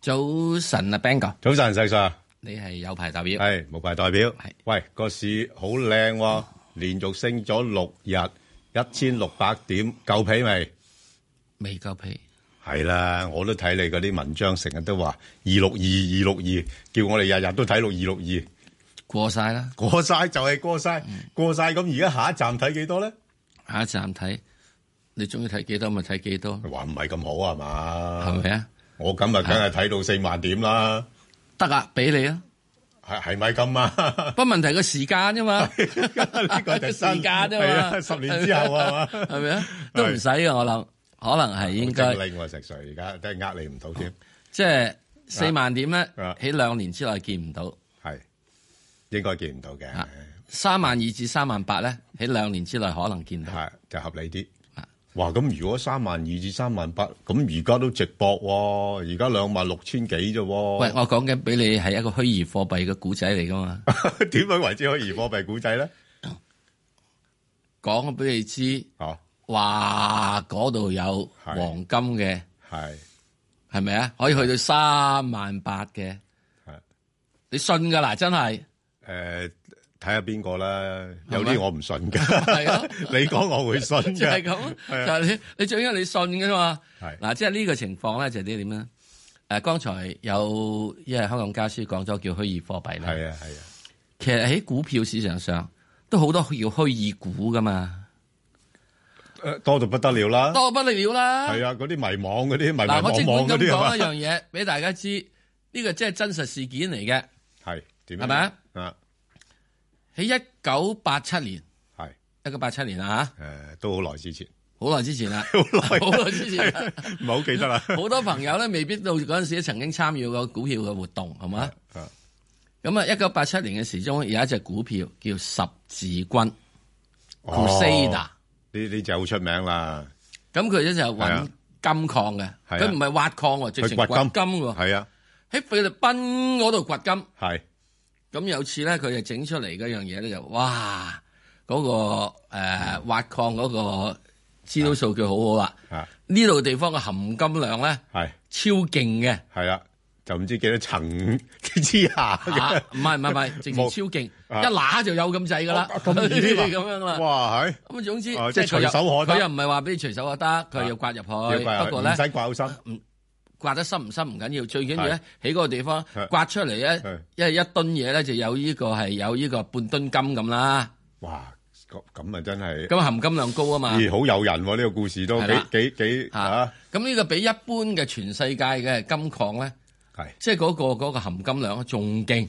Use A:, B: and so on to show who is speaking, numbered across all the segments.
A: 早晨啊，Bang 哥，
B: 早晨，細 Sir，
A: 你係有牌代表，
B: 係無牌代表。喂，個市好靚喎，連續升咗六日，一千六百點，夠皮未？
A: 未夠皮。
B: 係啦，我都睇你嗰啲文章，成日都話二六二二六二，叫我哋日日都睇六二六二。
A: 過晒啦，
B: 過晒就係過晒，過晒咁而家下一站睇幾多咧？
A: 下一站睇，你中意睇幾多咪睇幾多。
B: 話唔係咁好啊嘛？
A: 係咪啊？
B: 我今日梗係睇到四萬點啦。
A: 得啊，俾你啊。
B: 係係咪咁啊？
A: 不問題個時間啫嘛，
B: 呢個就
A: 個
B: 係
A: 時
B: 新
A: 間啫
B: 係
A: 嘛
B: 啊，十年之後啊嘛
A: 係咪啊？都唔使啊，我諗，可能係應
B: 好
A: 該
B: 精靈喎石 Sir，而家真係呃你唔到添，
A: 即係四萬點咧，
B: 啊
A: 喺兩年之內見唔到，啊
B: 係應該見唔到嘅，
A: 三萬二至三萬八咧，喺兩年之內可能見到。
B: 係就合理啲。哇！咁如果三萬二至三萬八，咁而家都直播喎，而家兩萬六千幾啫喎。
A: 喂，我講緊俾你係一個虛擬貨幣嘅古仔嚟噶嘛，
B: 點樣為之可以貨幣估仔咧？
A: 講咗俾你知，
B: 哦，
A: 哇，嗰度有
B: 係
A: 黃金嘅，
B: 係
A: 係咪啊？可以去到三萬八嘅
B: 係，
A: 你信㗎啦，真係
B: 誒，睇下邊個啦。
A: 係
B: 有
A: 咪
B: 啲我唔信㗎，
A: 係咯。
B: 你講我會信
A: 就係
B: 嘅。啊
A: 咁，就係你你最緊要你信嘅啫嘛。
B: 係
A: 嗱，即係呢個情況咧，就係點咧？誒、剛才有因為香港家書講咗叫虛擬貨幣咧，
B: 係啊係啊，
A: 其實喺股票市場上都好多叫虛擬股噶嘛，
B: 誒多到不得了啦。
A: 多不得了啦。
B: 啊係啊，嗰啲迷惘嗰啲迷迷
A: 嗱，我
B: 惘惘
A: 正管
B: 嗰
A: 咁
B: 啲係
A: 講
B: 嘛
A: 一？樣嘢俾大家知，呢個即係真實事件嚟嘅。
B: 係點樣？
A: 係咪啊？
B: 啊，
A: 喺一九八七年，
B: 係
A: 一九八七年啊
B: 誒，都好耐之前，
A: 好耐之前啦，
B: 好耐
A: 好耐之前啦。
B: 唔係好記得啦。
A: 好多朋友咧，未必到嗰陣時曾經參與過股票嘅活動，係嘛？
B: 啊
A: 咁啊，一九八七年嘅時鐘有一隻股票叫十字軍
B: 哦
A: Crusader，
B: 呢呢隻好出名啦，
A: 咁佢咧就係
B: 係
A: 揾
B: 啊
A: 金礦嘅，
B: 係啊
A: 佢唔係挖礦喎，直
B: 佢
A: 情掘
B: 掘
A: 金
B: 金
A: 喎，
B: 係啊，
A: 喺菲律賓嗰度掘金。
B: 係
A: 咁有次咧，佢就整出嚟嗰樣嘢咧，就哇嗰個呃挖礦嗰個資料數據好好啦，
B: 啊
A: 呢度地方嘅含金量咧
B: 係
A: 超勁嘅。
B: 係啊啦，就唔知幾多層 之下
A: 啊
B: 嘅，
A: 唔係唔係唔 係，直情
B: 冇
A: 超勁，
B: 啊
A: 一揦就有咁滯噶啦，
B: 哦 咁易添啊
A: 咁樣啦。
B: 哇係，
A: 咁啊總之，
B: 哦
A: 係
B: 即
A: 佢
B: 係
A: 又
B: 隨手可得啊
A: 佢又唔係話俾你隨手可得，佢又刮入去。
B: 要怪
A: 不過
B: 唔使
A: 咧，
B: 掛好心，
A: 刮得深唔深唔緊要，最緊要咧喺嗰個地方
B: 係
A: 刮出嚟咧
B: 係，
A: 因為一噸嘢咧就有呢個係有呢個半噸金咁啦，
B: 哇咁咁啊真係，
A: 咁含金量高啊嘛。
B: 咦好誘人喎呢個故事都
A: 係
B: 幾
A: 啦
B: 幾幾
A: 嚇
B: 啊，
A: 咁呢個比一般嘅全世界嘅金礦咧，
B: 係，
A: 即係嗰個嗰個含金量仲勁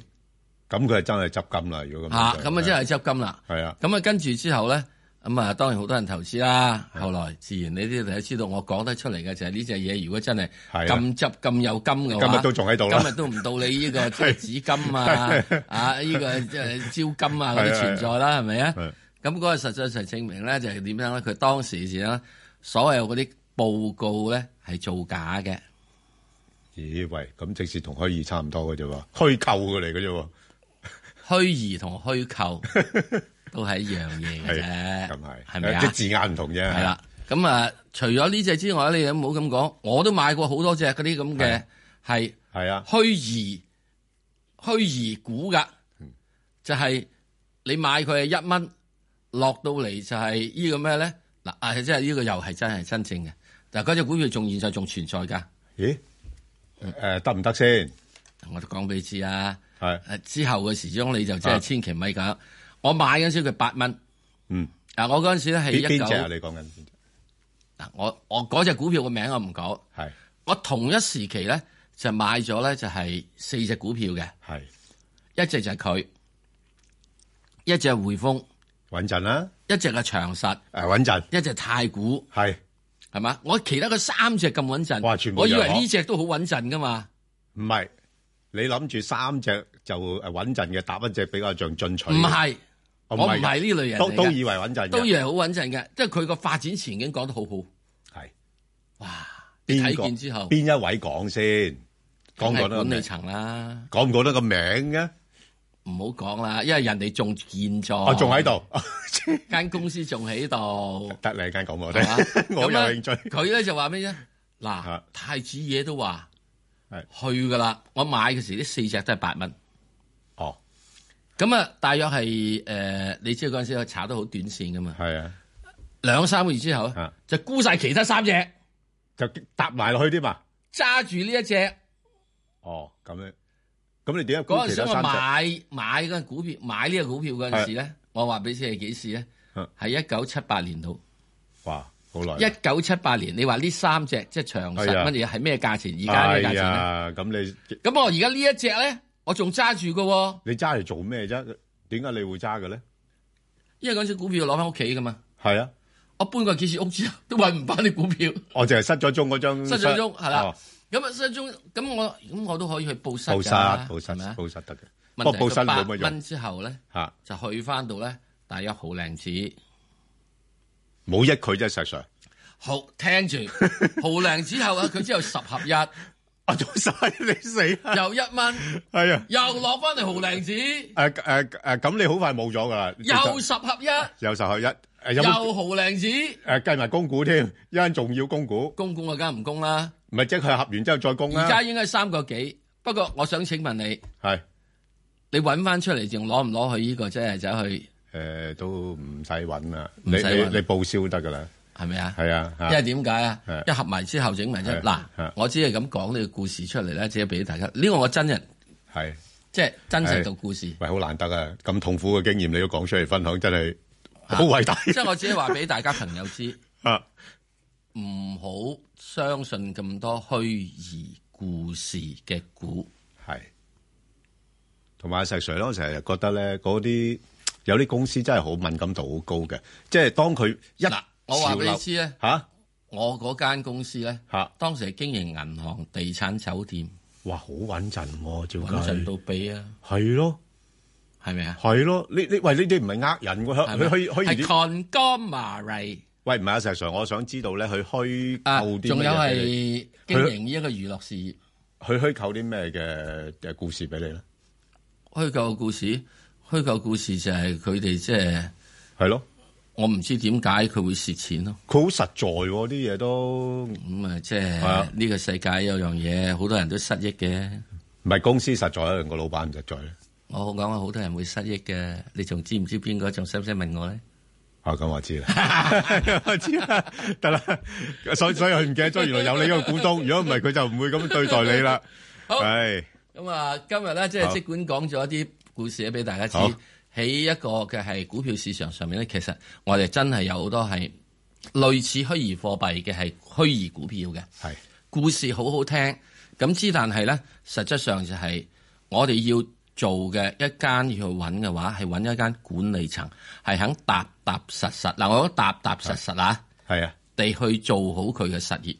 B: 咁佢係真係執金啦，如果咁
A: 嚇，
B: 樣就
A: 咁啊真係執金啦。
B: 係啊
A: 咁啊，跟住之後咧，咁啊，當然好多人投資啦。後來自然你啲大家知道，我講得出嚟嘅就係呢只嘢，如果真係
B: 係啊
A: 咁執咁有金嘅話，
B: 今日都仲喺度啦
A: 今日都唔到你 呢個即係紫金啊，啊呢個即係招金啊嗰
B: 係
A: 啲
B: 啊
A: 存在啦，係咪啊？
B: 係
A: 咁嗰個實際上證明咧，就係點樣咧？佢當時時咧，所有嗰啲報告咧係造假嘅，
B: 咦喂，咁即使同虛擬差唔多嘅啫喎，虛構嘅嚟嘅啫喎，
A: 虛擬同虛構都係一樣嘢嘅啫，
B: 咁係，
A: 係咪 啊
B: 即係？字眼唔同啫，
A: 系啦，咁啊，除咗呢只之外，你唔好咁講，我都買過好多隻嗰啲咁嘅係
B: 係啊。
A: 虛擬虛擬股噶，
B: 嗯
A: 就係你買佢係一蚊，落到嚟就係呢個咩咧？嗱，啊，即係呢個又係真係真正嘅，嗱，嗰只股票仲現在仲存在㗎，
B: 咦？誒得唔得先？
A: 我都講俾你知啊。
B: 係
A: 誒之後嘅時鐘你就真係
B: 啊
A: 千祈咪搞。我買嗰陣時佢八蚊，
B: 嗯，
A: 嗱，我嗰陣時咧係
B: 邊
A: 一
B: 邊隻啊？
A: 九，
B: 你講緊邊隻？
A: 嗱，我我嗰只股票嘅名我唔講。
B: 係
A: 我同一時期咧就買咗咧就係四隻股票嘅，
B: 係
A: 一隻就係佢，一隻係匯豐，
B: 穩陣啦，
A: 一隻係長實，
B: 誒穩陣
A: 一隻係太古，
B: 係
A: 係嘛？我其他嗰三隻咁穩陣，
B: 哇全部
A: 我以為
B: 洋行
A: 呢只都好穩陣噶嘛，
B: 唔係？你諗住三隻就誒穩陣嘅，搭一隻比較像進取嘅。
A: 唔係，
B: 哦，
A: 我唔係
B: 嘅
A: 呢類人
B: 都
A: 嚟
B: 都
A: 嘅，
B: 以為穩陣嘅，
A: 都以為好穩陣嘅，即係佢個發展前景講得好好，
B: 係
A: 哇！你
B: 邊
A: 睇
B: 個
A: 見之後，
B: 邊一位講先？講唔
A: 梗係
B: 講得個
A: 管理
B: 名？
A: 層啦，
B: 講唔講得個名嘅？
A: 唔好講啦，因為人哋仲健在，
B: 我仲喺，度，
A: 間公司仲喺度。
B: 得你間 講我
A: 係嘛
B: 聽，我有
A: 咁呢
B: 興趣。
A: 佢咧就話咩啫？嗱
B: 啊，
A: 太子爺都話去噶啦。我買嘅時呢四隻都係八蚊。
B: 哦，
A: 咁啊，大約係誒、呃你知嗰陣時我炒得好短線噶嘛，
B: 係啊，
A: 兩三個月之後呢
B: 啊
A: 就沽晒其他三隻，
B: 就搭埋落去添嘛。
A: 揸住呢一隻。
B: 哦，咁樣，咁你點解
A: 嗰
B: 沽
A: 陣
B: 其
A: 時
B: 他
A: 我
B: 三隻？
A: 買買嗰陣股票，買呢個股票嗰陣時咧，我話俾你知係幾時咧
B: 嗯？
A: 係一九七八年度，
B: 哇，好耐。
A: 一九七八年，你話呢三隻即係長實
B: 係啊
A: 乜嘢係咩價錢？而家咩價錢
B: 哎
A: 咧？
B: 呀咁你
A: 咁我而家呢一隻咧，我仲揸住㗎喎，
B: 你揸嚟做咩啫？點解你會揸嘅咧？
A: 因為嗰陣時股票攞翻屋企㗎嘛。
B: 係啊，
A: 我搬過幾次屋之後，都揾唔翻啲股票，
B: 我就係失咗蹤嗰張。
A: 失咗蹤係
B: 哦
A: 啦。咁啊失蹤，咁我咁我都可以去報失
B: 報失
A: 㗎，
B: 報失
A: 係咪啊
B: 報失得嘅，不過
A: 問題
B: 報失
A: 佢八
B: 冇乜
A: 蚊
B: 用
A: 之後咧，
B: 嚇，
A: 就去翻到咧，大約好靚子。
B: 冇益佢啫，石 Sir。
A: 好，聽住豪靚之後啊，佢之後十合一，
B: 我做晒你死啊！
A: 又一蚊，
B: 係啊，
A: 又落翻嚟豪靚子，
B: 誒誒誒，咁你好快冇咗噶啦，
A: 又十合一，
B: 有時候一誒有
A: 又
B: 冇
A: 豪靚子，
B: 誒計埋供股添，一陣仲要供股，
A: 公公啊，梗係唔供啦，
B: 唔係即係佢合完之後再供
A: 而
B: 啦
A: 家。應該係三個幾。不過我想請問你，
B: 係
A: 你揾翻出嚟仲攞唔攞去呢個即係走去
B: 誒都唔使揾啦，
A: 唔
B: 你
A: 使
B: 你
A: 揾
B: 你報銷得噶啦，
A: 係咪啊？
B: 係啊
A: 因
B: 嚇
A: 為點解啊
B: 係？
A: 一合埋之後整埋啫。
B: 係
A: 嗱
B: 係，
A: 我只係咁講呢個故事出嚟咧，只係俾大家。呢個我真人
B: 係
A: 即係真實
B: 係
A: 到故事。
B: 喂好難得啊！咁痛苦嘅經驗你都講出嚟分享，真係好偉大
A: 啊 即係我只係話俾大家朋友知，
B: 啊！
A: 唔好相信咁多虛擬故事嘅股。
B: 係，同埋阿石 Sir 咧，我成日覺得咧，嗰啲有啲公司真係好敏感度好高嘅，即係當佢一
A: 嗱，我
B: 潮
A: 話俾你
B: 流
A: 知啊咧，
B: 嚇
A: 我嗰間公司咧，
B: 嚇，
A: 當時係經營銀行、地產、酒店，
B: 哇，好穩陣喎，照
A: 穩陣
B: 計
A: 到俾啊，
B: 係咯
A: 係咪啊？
B: 係咯，呢呢喂呢啲唔係呃 人喎，
A: 係
B: 佢
A: 咪
B: 佢虛虛
A: 係
B: 擬
A: conglomerate
B: 喂唔係啊，石 Sir，我想知道咧，佢虛
A: 啊，
B: 構啲
A: 仲
B: 咩
A: 有
B: 嘢俾你？
A: 係經營呢一個娛樂事業，
B: 佢虛構啲咩嘅嘅故事俾你咧？
A: 虛構故事，虛構故事就係佢哋即係
B: 係咯，
A: 我唔知點解佢會蝕錢咯。
B: 佢好實在喎，啲嘢都
A: 咁啊，即
B: 啊
A: 係呢個世界有樣嘢，好多人都失憶嘅。
B: 唔係公司實在，啊定個老闆唔實在咧。
A: 我好講啊，好多人會失憶嘅，你仲知唔知邊個？仲使唔使問我咧？
B: 啊，咁我知 啦，我知啦，得啦， 所以所以佢唔記得咗，原來有你呢個股東，如果唔係佢就唔會咁對待你啦。
A: 好
B: 係
A: 咁啊，今日咧即係
B: 好
A: 即管講咗一啲故事俾大家知
B: 好，
A: 喺一個嘅係股票市場上面咧，其實我哋真係有好多係類似虛擬貨幣嘅係虛擬股票嘅
B: 係
A: 故事，好好聽。咁之但係咧，實質上就係我哋要做嘅一間要去揾嘅話，係揾一間管理層係肯踏踏實實嗱，我講踏踏實實啊。
B: 係啊，
A: 地去做好佢嘅實業，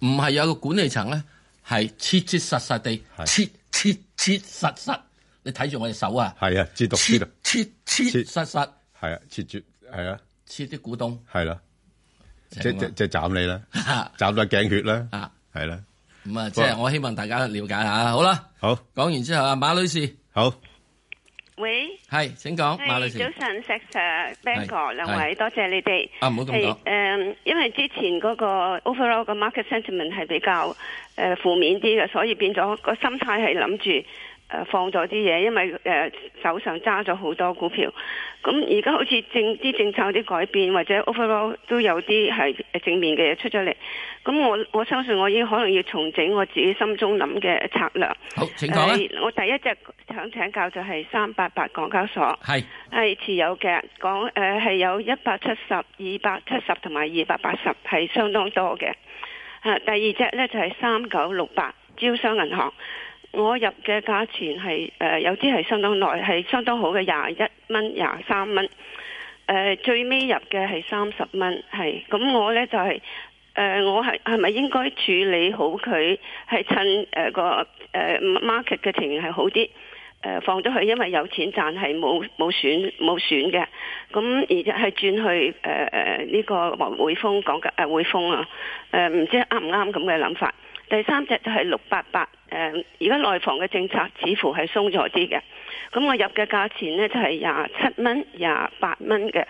A: 唔係有個管理層咧，係切切實實地
B: 係
A: 切切切實實。你睇住我隻手啊，
B: 係啊，知道知
A: 切
B: 道，
A: 切切
B: 切
A: 實實
B: 係啊，切絕係啊，
A: 切啲股東，
B: 係啦，即
A: 正
B: 即
A: 啊
B: 即斬你 啦，
A: 嘛
B: 斬到頸血啦，
A: 啊
B: 係啦，
A: 咁啊，即係我希望大家了解下。好啦，
B: 好
A: 講完之後啊，馬女士
B: 好
C: 喂，
A: 係請講，馬女
C: 係
A: 士
C: 早晨石 Sir、
A: 係
C: Bang 哥兩
A: 係
C: 位，多謝你哋。
A: 啊，唔好咁
C: 係
A: 講
C: 誒、，因為之前嗰個 overall 個 market sentiment 係比較誒、呃、負面啲嘅，所以變咗個心態係諗住誒放咗啲嘢，因為誒、呃手上揸咗好多股票。咁而家好似政啲政策有啲改變，或者 overall 都有啲係正面嘅嘢出咗嚟。咁我我相信我已經可能要重整我自己心中諗嘅策略。
A: 好請講啦，
C: 誒我第一隻想請教就係三八八港交所。
A: 係
C: 係持有嘅，講誒係有一百七十、二百七十同埋二百八十，係相當多嘅。啊，第二隻呢就係三九六八招商銀行，我入嘅價錢係誒、呃有啲係相當耐，係相當好嘅廿一蚊、廿三蚊。誒、最尾入嘅係三十蚊，係咁我呢就係、誒、我係係咪應該處理好佢？係趁誒、個誒、market 嘅情形係好啲，誒、呃放咗佢，因為有錢賺係冇冇損冇損嘅。咁而家係轉去誒誒呢個匯豐講嘅誒匯豐啊，誒、唔知啱唔啱咁嘅諗法。第三隻就係六八八，誒而家內房嘅政策似乎係鬆咗啲嘅。咁我入嘅價錢呢，就係廿七蚊、呃廿八蚊嘅。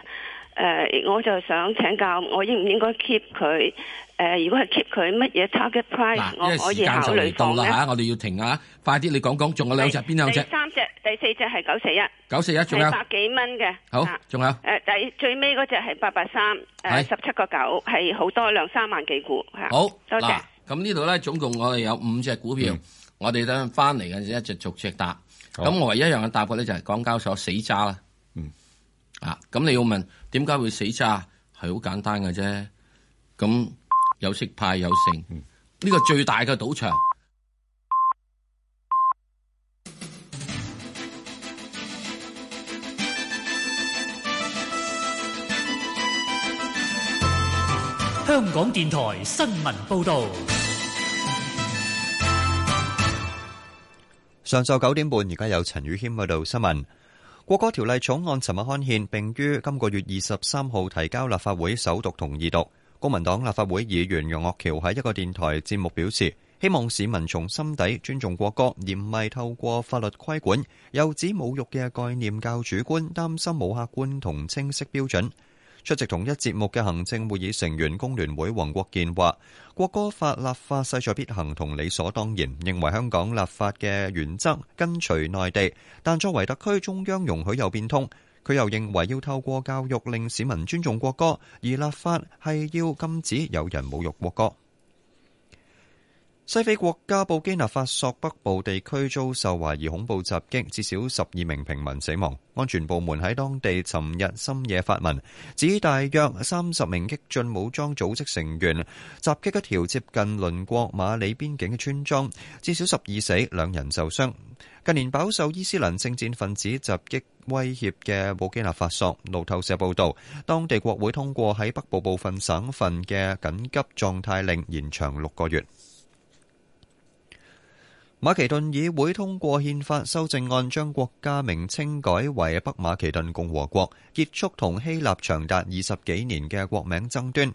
C: 誒、我就想請教，我應唔應該 keep 佢？誒、誒，如果係 keep 佢乜嘢 target
A: 嗱
C: price，，
A: 因為
C: 我可
A: 時
C: 以
A: 間
C: 考
A: 就
C: 慮
A: 嚟到
C: 放
A: 啦
C: 咧。
A: 嚇，我哋要停啊！快啲，你講講，仲有兩隻邊兩隻
C: 第？三隻、第四隻係九四一，
A: 九四一仲有
C: 係，百幾蚊嘅。
A: 好
C: 啊，
A: 仲有
C: 誒，第最尾嗰隻係八八三，
A: 係
C: 誒，十七個九係好多兩三萬幾股嚇。
A: 好
C: 多謝
A: 嗱。咁呢度咧，總共我哋有五隻股票，我哋等陣翻嚟嘅時一隻逐隻答。
B: 嗯好
A: 咁我唯一一樣嘅答法咧就係港交所死揸啦。
B: 嗯
A: 啊，咁你要問點解會死揸？係好簡單嘅啫。咁有息派有剩，
B: 嗯
A: 呢個最大嘅賭場。
D: 香港電台新聞報道，
E: 上晝九點半，而家有陳宇謙喺度新聞。國歌條例草案尋日刊憲，並於今個月二十三號提交立法會首讀同二讀。公民黨立法會議員楊岳橋喺一個電台節目表示，希望市民從心底尊重國歌，而唔係透過法律規管。又指侮辱嘅概念較主觀，擔心冇客觀同清晰標準。出席同一節目嘅行政會議成員工聯會黃國健話。國歌法立法勢在必行同理所當然，認為香港立法嘅原則跟隨內地，但作為特區中央容許有變通。佢又認為要透過教育令市民尊重國歌，而立法係要禁止有人侮辱國歌。西非國家布基納法索北部地區遭受懷疑恐怖襲擊，至少十二名平民死亡。安全部門喺當地尋日深夜發文，指大約三十名激進武裝組織成員襲擊一條接近鄰國馬里邊境嘅村莊，至少十二死，兩人受傷。近年飽受伊斯蘭聖戰分子襲擊威脅嘅布基納法索，路透社報導，當地國會通過喺北部部分省份嘅緊急狀態令，延長六個月。馬其頓議會通過憲法修正案，將國家名稱改為北馬其頓共和國，結束同希臘長達二十幾年嘅國名爭端。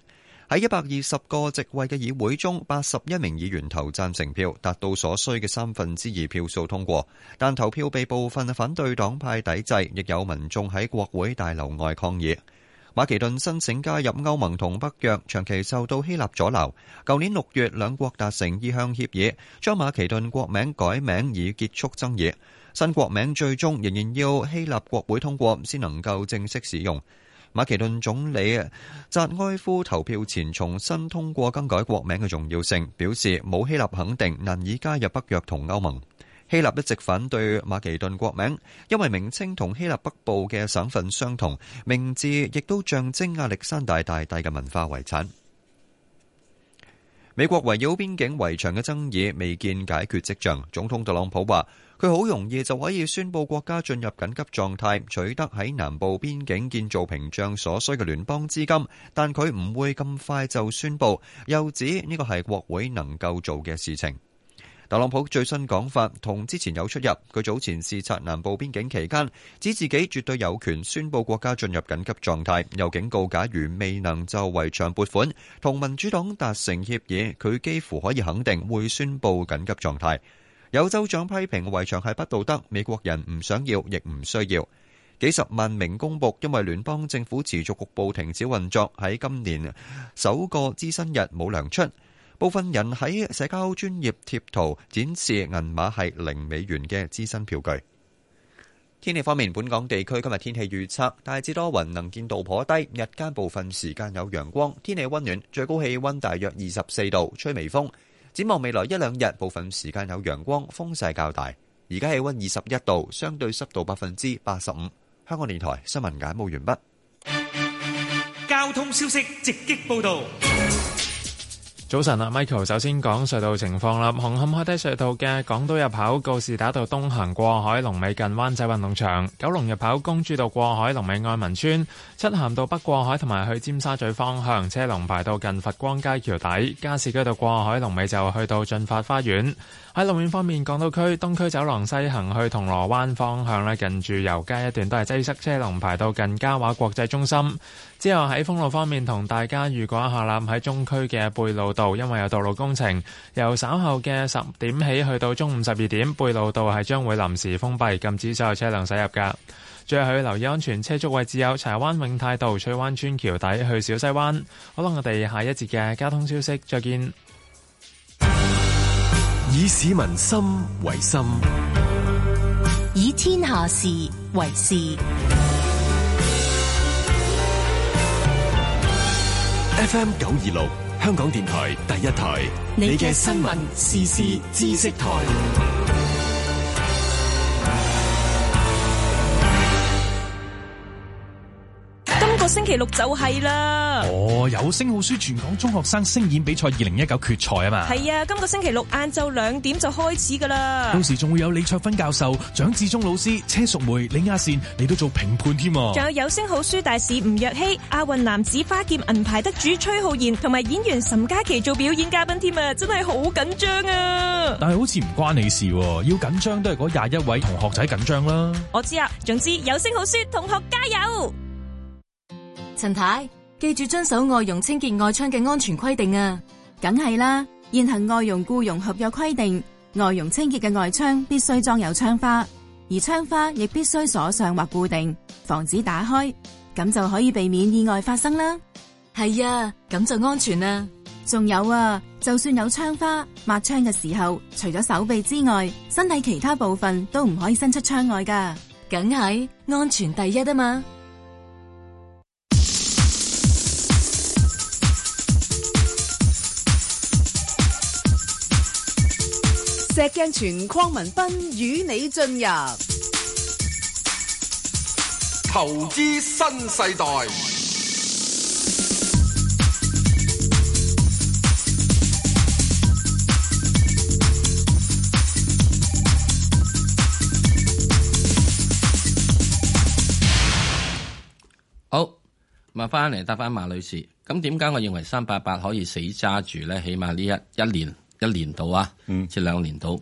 E: 喺一百二十個席位嘅議會中，八十一名議員投贊成票，達到所需嘅三分之二票數通過。但投票被部分反對黨派抵制，亦有民眾喺國會大樓外抗議。馬其頓申請加入歐盟同北約，長期受到希臘阻撓。舊年六月，兩國達成意向協議，將馬其頓國名改名以結束爭議。新國名最終仍然要希臘國會通過先能夠正式使用。馬其頓總理扎埃夫投票前重新通過更改國名嘅重要性，表示冇希臘肯定，難以加入北約同歐盟。希臘一直反對馬其頓國名，因為名稱同希臘北部嘅省份相同，名字亦都象徵亞歷山大大帝嘅文化遺產。美國圍繞邊境圍牆嘅爭議未見解決跡象，總統特朗普話：佢好容易就可以宣布國家進入緊急狀態，取得喺南部邊境建造屏障所需嘅聯邦資金，但佢唔會咁快就宣布，又指呢個係國會能夠做嘅事情。特朗普最新講法同之前有出入。佢早前視察南部邊境期間，指自己絕對有權宣布國家進入緊急狀態，又警告假如未能就圍牆撥款同民主黨達成協議，佢幾乎可以肯定會宣布緊急狀態。有州長批評圍牆係不道德，美國人唔想要，亦唔需要。幾十萬名公僕因為聯邦政府持續局部停止運作，喺今年首個資薪日冇糧出。部分人喺社交專業貼圖展示銀碼係零美元嘅資薪票據。天氣方面，本港地區今日天氣預測大致多雲，能見度頗低，日間部分時間有陽光，天氣溫暖，最高氣溫大約二十四度，吹微風。展望未來一兩日，部分時間有陽光，風勢較大。而家氣溫二十一度，相對濕度百分之八十五。香港電台新聞簡報完畢。
D: 交通消息直擊報道。
F: 早晨啊，Michael，首先講隧道情況啦。紅磡海底隧道嘅港島入口告士打道東行過海，龍尾近灣仔運動場；九龍入口公主道過海，龍尾愛民村；漆咸道北過海同埋去尖沙咀方向，車龍排到近佛光街橋底；加士居道過海，龍尾就去到進發花園。喺路面方面，港島區東區走廊西行去銅鑼灣方向咧，近住油街一段都係擠塞，車龍排到近嘉華國際中心。之後喺封路方面，同大家預告一下啦，喺中區嘅貝路道。道，因為有道路工程，由稍後嘅十點起去到中午十二點，貝路道係將會臨時封閉，禁止所有車輛駛入㗎。最後要留意安全車速位置有柴灣永泰道、翠灣村橋底去小西灣。好啦，我哋下一節嘅交通消息再見。
G: 以市民心為心，
H: 以天下事為事。
G: FM 九二六，香港電台第一台，你嘅新聞、時事、知識台。
I: 今個星期六就係啦。
J: 哦，有聲好書全港中學生聲演比賽二零一九決賽啊嘛，
I: 係啊，今個星期六晏晝兩點就開始噶啦
J: 到。時仲會有李卓芬教授、蔣志忠老師、車淑梅、李亞善嚟到做評判添啊！
I: 仲有有聲好書大使吳若希、亞運男子花劍銀牌得主崔浩然同埋演員岑嘉琪做表演嘉賓添啊！真係好緊張啊！
J: 但係好似唔關你事喎，要緊張都係嗰廿一位同學仔緊張啦。
I: 我知啊，總之有聲好書，同學加油！
K: 陳太，記住遵守外傭清潔外窗嘅安全規定啊！梗係啦，現行外傭僱傭合約規定，外傭清潔嘅外窗必須裝有窗花，而窗花亦必須鎖上或固定，防止打開，咁就可以避免意外發生啦。係啊，咁就安全啦。仲有啊，就算有窗花，抹窗嘅時候，除咗手臂之外，身體其他部分都唔可以伸出窗外噶。梗係安全第一啊嘛！
L: 石鏡泉鄺民彬與你進入
M: 投資新世代，
A: 好，咁啊，翻嚟答翻馬女士。咁點解我認為三八八可以死揸住咧？起碼呢一一年一年度啊，至兩年度。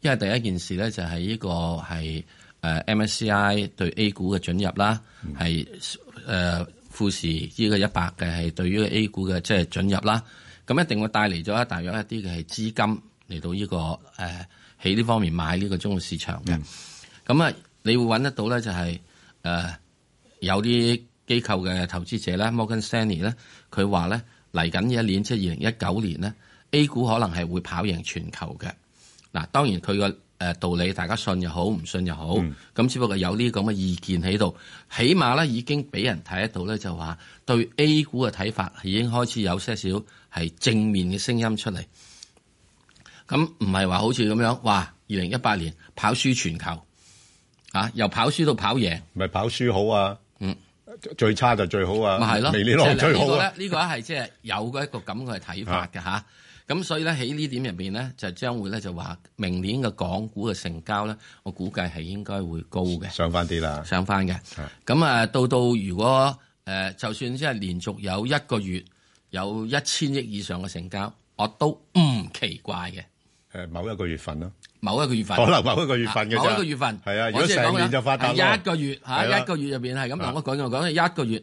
A: 因為第一件事咧就係呢個係誒 MSCI 對 A 股嘅准入啦，係誒、呃富時呢個一百嘅係對於 A 股嘅即係准入啦。咁一定會帶嚟咗大約一啲嘅係資金嚟到呢、個誒喺呢方面買呢個中國市場嘅。咁啊、你會揾得到咧就係、誒、有啲機構嘅投資者咧，Morgan Stanley 咧，佢話咧嚟緊呢一年，即係二零一九年咧，A 股可能係會跑贏全球嘅。嗱，當然佢個誒道理大家信又好，唔信又好，咁、只不過有呢咁嘅意見喺度，起碼咧已經俾人睇得到咧，就話對 A 股嘅睇法已經開始有些少係正面嘅聲音出嚟。咁唔係話好似咁樣，哇！二零一八年跑輸全球，啊，由跑輸到跑贏，
B: 咪跑輸好啊？
A: 嗯，
B: 最差就最好啊，
A: 咪係咯，
B: 未來
A: 即係
B: 最
A: 呢
B: 好
A: 個
B: 啊
A: 咧，。呢個係即係有一個咁嘅睇法嘅吓。咁所以咧喺呢點入邊咧，就將會咧就話明年嘅港股嘅成交咧，我估計係應該會高嘅，
B: 上翻啲啦，
A: 上翻嘅。咁啊，到到如果誒、呃就算即係連續有一個月有一千億以上嘅成交，我都唔奇怪嘅。
B: 誒，某一個月份咯，
A: 某一個月份，
B: 可能某一個月份嘅
A: 啊
B: 啫
A: 某一個月份，
B: 係啊，如
A: 我
B: 果
A: 即係講
B: 成
A: 緊
B: 年就發達
A: 係
B: 咯
A: 一個月嚇，
B: 係啊
A: 一個月入邊係咁同我講，我講係一個月。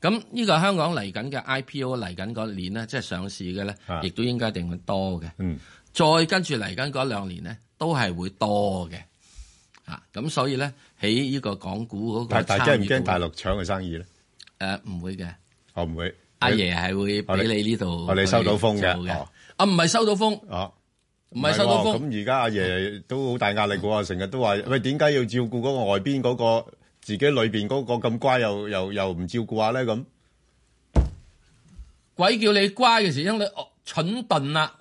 A: 咁呢個香港嚟緊嘅 IPO 嚟緊嗰年咧，即係上市嘅咧，亦都應該一定會多嘅。
B: 啊嗯，
A: 再跟住嚟緊嗰兩年咧，都係會多嘅。啊，咁所以咧喺呢個港股嗰個
B: 但但係
A: 參
B: 驚唔
A: 與度
B: 驚大陸搶佢生意咧？
A: 誒唔會嘅，
B: 我唔會。
A: 阿爺係會俾你呢度
B: 我哋收到風
A: 去
B: 嘅。
A: 做
B: 哦
A: 啊，唔係收到風，
B: 哦，
A: 唔係收
B: 唔係
A: 到
B: 喎
A: 風。嗯
B: 咁而家阿爺都好大壓力喎，成日都話喂，點解要照顧嗰個外邊嗰個，自己裏邊嗰個咁乖又又又唔照顧下咧咁？
A: 鬼叫你乖嘅時，因為你哦蠢笨啦。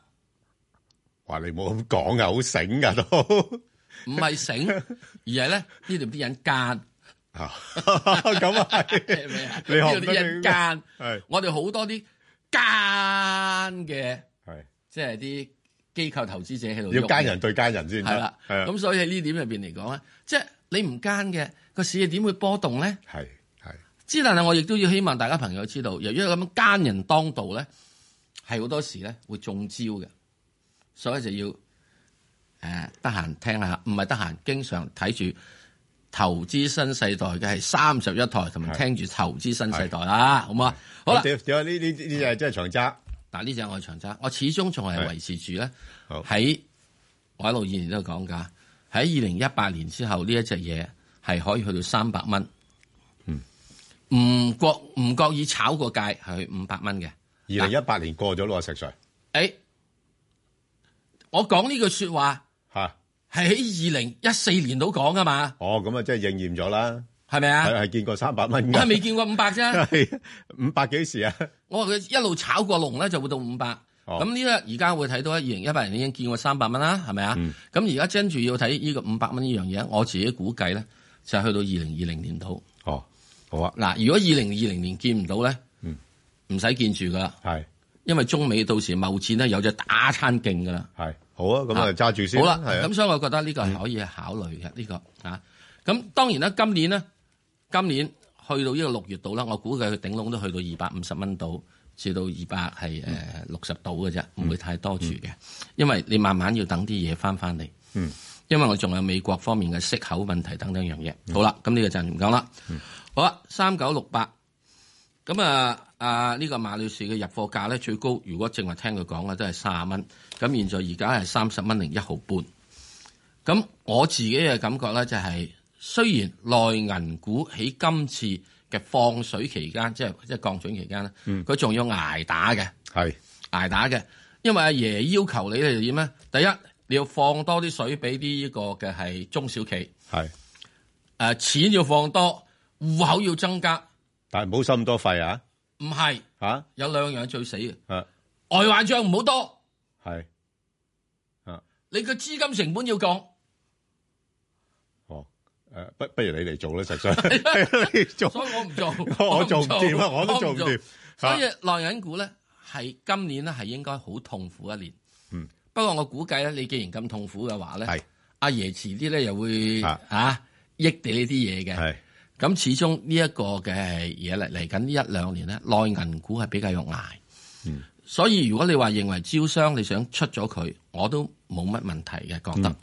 B: 話你冇咁講啊，好醒噶都。
A: 唔係 醒，而係咧呢度啲人奸。
B: 咁啊
A: 係咪啊？
B: 你
A: 呢
B: 學
A: 度
B: 得
A: 啲人
B: 你
A: 奸，
B: 係
A: 我哋好多啲奸嘅，
B: 係
A: 即係啲機構投資者喺度
B: 要
A: 喐
B: 奸人對奸人先得
A: 係啦，
B: 係啊
A: 咁所以喺呢點入邊嚟講咧，即係你唔奸嘅個市係點會波動咧？
B: 係係。
A: 之但係我亦都要希望大家朋友知道，由於咁樣奸人當道咧，係好多時咧會中招嘅，所以就要誒得閒聽下，唔係得閒經常睇住投資新世代嘅係三十一台，同埋聽住投資新世代啦，好唔好啊？好啦，
B: 點點解呢呢呢呢就係真係長揸，
A: 嗱呢只我係長揸，我始終仲係維持住咧喺我一路以前都講㗎，喺二零一八年之後呢一隻嘢係可以去到三百蚊，
B: 嗯
A: 唔覺唔覺意炒個界係去五百蚊嘅。
B: 二零一八年過咗咯，石 Sir。
A: 誒，我講呢句説話
B: 嚇
A: 係喺二零一四年度講㗎嘛，
B: 哦，咁啊，即係應驗咗啦，
A: 係咪啊
B: 係係見過三百蚊
A: 我
B: 㗎，
A: 係未見過五百 啫。
B: 係五百幾時啊？
A: 我話佢一路炒過龍咧，就會到五百。
B: 哦
A: 咁呢個而家會睇到二零一八年已經見過三百蚊啦，係咪
B: 嗯
A: 啊？咁而家跟住要睇呢個五百蚊呢樣嘢，我自己估計咧就係去到二零二零年度。
B: 哦，好啊。
A: 嗱，如果二零二零年見唔到咧，
B: 嗯，
A: 唔使見住噶啦。
B: 係，
A: 因為中美到時貿戰咧有隻打餐勁噶啦。
B: 係，好啊，咁啊揸住先
A: 好
B: 啦
A: 啦，
B: 係啊
A: 咁所以我覺得呢個係可以考慮嘅呢個啊。咁當然啦，今年咧，今年去到呢個六月度啦，我估計佢頂籠都去到二百五十蚊度，至到二百係誒六十度嘅啫，唔會太多住嘅。因為你慢慢要等啲嘢翻翻嚟，
B: 嗯，
A: 因為我仲有美國方面嘅息口問題等等樣嘢。好啦，咁呢個就唔講啦。好啦，三九六八，咁啊啊呢、個馬女士嘅入貨價咧最高，如果正話聽佢講嘅都係三十蚊，咁現在而家係三十蚊零一毫半。咁我自己嘅感覺咧就係、雖然內銀股喺今次嘅放水期間，即係即係降準期間咧，
B: 嗯
A: 佢仲、要捱打嘅，
B: 係
A: 捱打嘅，因為阿爺要求你哋就點咧？第一，你要放多啲水俾啲呢個嘅係中小企，誒、
B: 係，
A: 錢要放多，户口要增加，
B: 但係唔好收咁多費啊，
A: 唔係
B: 嚇，
A: 有兩樣最死嘅，
B: 啊，
A: 外壞帳唔好多。
B: 係，啊，
A: 你個資金成本要降，
B: 哦，誒，不不如你嚟做啦，石 Sir，你 做，
A: 所以我唔做，
B: 我我做唔
A: 唔
B: 掂啊，我都做唔掂，
A: 所以
B: 嚇
A: 內銀股咧係今年咧係應該好痛苦一年。
B: 嗯，
A: 不過我估計咧，你既然咁痛苦嘅話咧，阿爺遲啲咧又會
B: 啊
A: 嚇益地呢啲嘢嘅。咁始終呢一個嘅嘢嚟嚟緊呢一兩年咧，內銀股係比較肉挨。
B: 嗯，
A: 所以如果你話認為招商你想出咗佢，我都冇乜問題嘅，覺
B: 嗯
A: 得。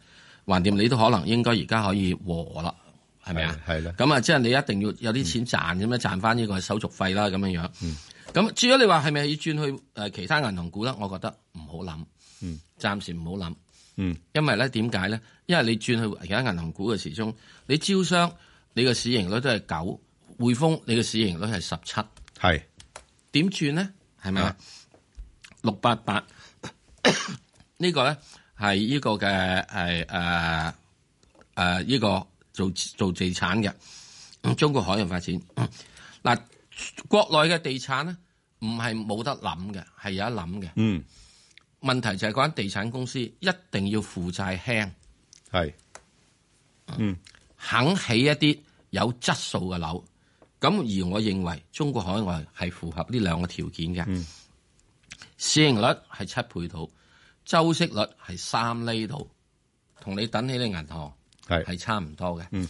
A: 橫掂你都可能應該而家可以和啦，係咪啊？
B: 係啦，嗯
A: 咁啊，即係你一定要有啲錢賺咁樣賺翻呢個手續費啦，咁樣樣。咁至於你話係咪要轉去誒其他銀行股咧？我覺得唔好諗，
B: 嗯，
A: 暫時唔好諗，
B: 嗯，
A: 因為咧點解咧？因為你轉去其他銀行股嘅時鐘，你招商你嘅市盈率都係九，匯豐你嘅市盈率係十七，
B: 係
A: 點轉咧？係咪啊？六八八 呢個咧係呢個嘅係誒誒呢個做做地產嘅嗯中國海洋發展 嗯嗱、國內嘅地產咧唔係冇得諗嘅，係有得諗嘅。
B: 嗯，
A: 問題就係嗰間地產公司一定要負債輕，
B: 係嗯
A: 啊肯起一啲有質素嘅樓。咁而我認為中國海外係符合呢兩個條件嘅。市盈率係七倍到，周息率係三厘度，同你等起你銀行
B: 係
A: 係差唔多嘅。
B: 嗯，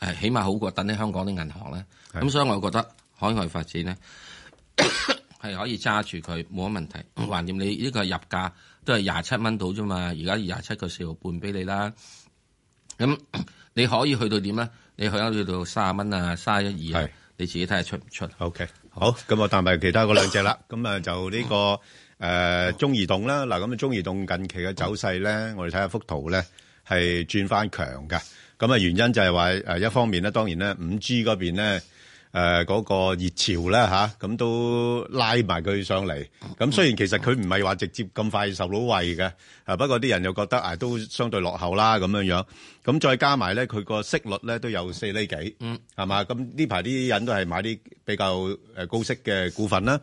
A: 誒，起碼好過等喺香港啲銀行咧。咁所以我覺得海外發展咧 係可以揸住佢冇乜問題。橫掂你呢個入價都係廿七蚊到啫嘛，而家廿七個四毫半俾你啦。咁 你可以去到點咧？你可以去到三十蚊啊，三十一二啊，你自己睇下出唔出。
B: ，OK，好，咁我但埋其他嗰兩隻啦，咁啊就呢個誒中移動啦，嗱咁啊中移動近期嘅走勢咧，我哋睇下幅圖咧係轉翻強嘅，咁啊原因就係話誒一方面咧，當然咧五 G 嗰邊咧。誒嗰、個熱潮咧吓，咁、都拉埋佢上嚟。咁雖然其實佢唔係話直接咁快受到惠嘅，啊不過啲人又覺得啊都相對落後啦咁樣樣。咁再加埋咧，佢個息率咧都有四厘幾，
A: 嗯，
B: 係嘛？咁呢排啲人都係買啲比較誒高息嘅股份啦。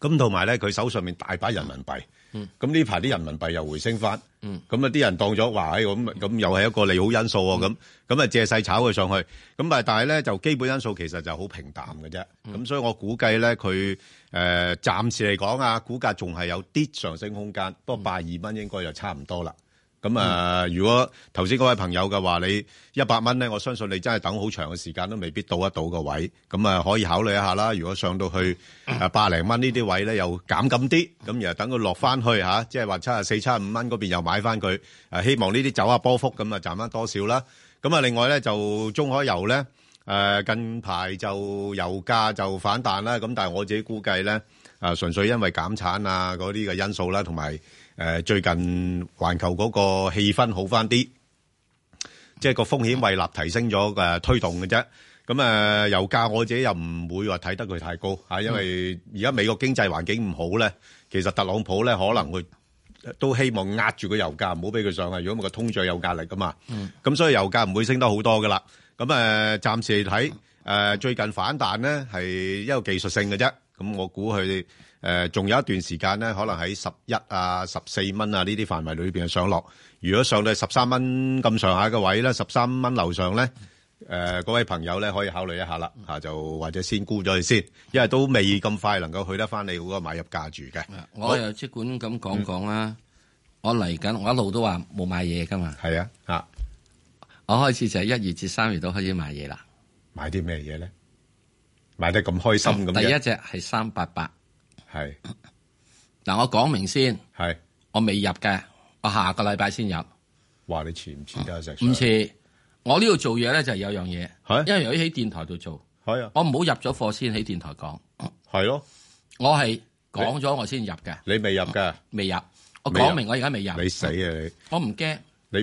B: 咁同埋咧，佢手上面大把人民幣。
A: 嗯
B: 咁呢排啲人民幣又回升翻，
A: 嗯
B: 咁啊啲人當咗話，唉咁咁又係一個利好因素喎，咁咁啊借勢炒佢上去，咁啊但係咧就基本因素其實就好平淡嘅啫，咁、所以我估計咧佢誒暫時嚟講啊，股價仲係有啲上升空間，不過八二蚊應該就差唔多啦。咁啊、如果頭先嗰位朋友嘅話，你一百蚊咧，我相信你真係等好長嘅時間都未必到得到個位，咁啊可以考慮一下啦。如果上到去誒百零蚊呢啲位咧，又減咁啲，咁然後等佢落翻去嚇、即係話七啊四、七啊五蚊嗰邊又買翻佢。誒、啊希望呢啲走下波幅，咁啊賺翻多少啦。咁啊，另外咧就中海油咧，誒、近排就油價就反彈啦，咁但係我自己估計咧。誒、啊，純粹因為減產啊嗰啲嘅因素啦，同埋誒最近環球嗰個氣氛好翻啲，即係個風險位立提升咗誒推動嘅啫。咁誒、呃油價我自己又唔會話睇得佢太高嚇，因為而家美國經濟環境唔好咧，其實特朗普咧可能會都希望壓住個油價，唔好俾佢上去，如果唔係個通脹有壓力噶嘛。咁所以油價唔會升得好多噶啦。咁誒、呃，暫時嚟睇誒，最近反彈咧係一個技術性嘅啫。咁我估佢誒仲有一段時間咧，可能喺十一啊、十四蚊啊呢啲範圍裏邊上落。如果上到十三蚊咁上下嘅位咧，十三蚊樓上咧，誒嗰位朋友咧可以考慮一下啦嚇，就或者先沽咗佢先，因為都未咁快能夠去得翻你嗰個買入價住嘅。
A: 我又即管咁講
B: 嗯
A: 講啦，我嚟緊，我一路都話冇買嘢噶嘛。
B: 係啊，嚇！
A: 我開始就係一月至三月都開始買嘢啦。
B: 買啲咩嘢咧？買得咁開心咁樣
A: 第一隻係三八八，
B: 係
A: 嗱，我講明先，
B: 係
A: 我未入嘅，我下個禮拜先入。
B: 話你遲唔遲得石？
A: 唔似我呢度做嘢咧，就係有樣嘢，因為由於喺電台度做，
B: 係啊，
A: 我唔好入咗貨先喺電台講。
B: 係咯，
A: 我係講咗我先入嘅，
B: 你未入㗎？
A: 未入，我
B: 未入
A: 講明我而家未入。
B: 你死啊你！
A: 我唔驚，
B: 你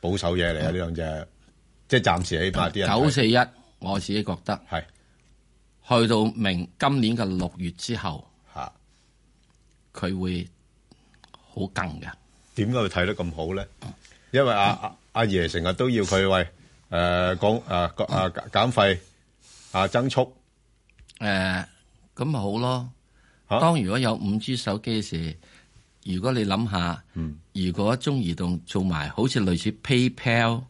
B: 保守嘢嚟啊！呢兩隻即係暫時起碼啲人睇
A: 九四一，我自己覺得
B: 係
A: 去到明今年嘅六月之後，
B: 嚇
A: 佢會好更嘅。
B: 點解佢睇得咁好咧？因為阿阿阿爺成日都要佢喂誒講誒講誒減費啊增速
A: 誒，咁咪好咯。
B: 嚇
A: 當如果有五 G 手機嘅時，如果你諗下，
B: 嗯
A: 如果中移動做埋好似類似 PayPal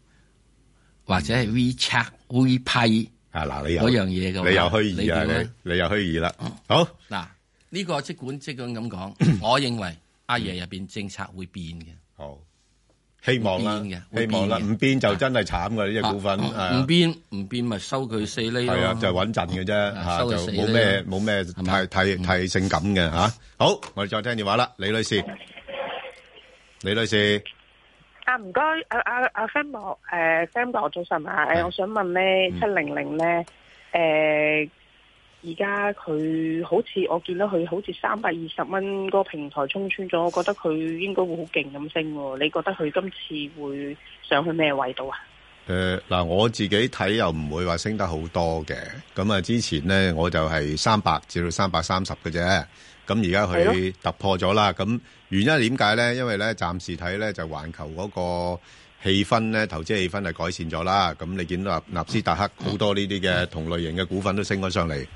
A: 或者係 WeChat、WePay
B: 嗯啊嗱，你又
A: 嗰樣嘢嘅話，
B: 你又虛擬啊！
A: 你點咧
B: 你你又虛擬啦，好
A: 嗱，呢個即管即管咁講，我認為阿爺入邊政策會變嘅，
B: 好希望啦
A: 會變，嘅
B: 希望啦，
A: 會變嘅
B: 唔變就真係慘㗎呢只股份，係啊
A: 唔變唔變咪收佢四厘咯。
B: 係啊，就係穩陣嘅啫，
A: 啊
B: 嚇
A: 收
B: 就
A: 佢死
B: 冇
A: 啦
B: 咩冇咩太太太性感嘅嚇。好，我哋再聽電話啦，李女士，李女士
N: 啊，唔該，阿阿阿 Sam 哥，誒 Sam 哥早晨啊，誒，我想問咧，
B: 嗯
N: 七零零咧，誒，而家佢好似我見到佢好似三百二十蚊嗰個平台衝穿咗，我覺得佢應該會好勁咁升喎。你覺得佢今次會上去咩位度啊？
B: 誒呃嗱，我自己睇又唔會話升得好多嘅，咁啊之前咧我就係三百至到三百三十嘅啫，咁而家佢
O: 係
B: 突破咗啦，咁原因點解咧？因為咧暫時睇咧就環球嗰個氣氛咧，投資氣氛係改善咗啦，咁你見到納納斯達克好多呢啲嘅同類型嘅股份都升咗上嚟。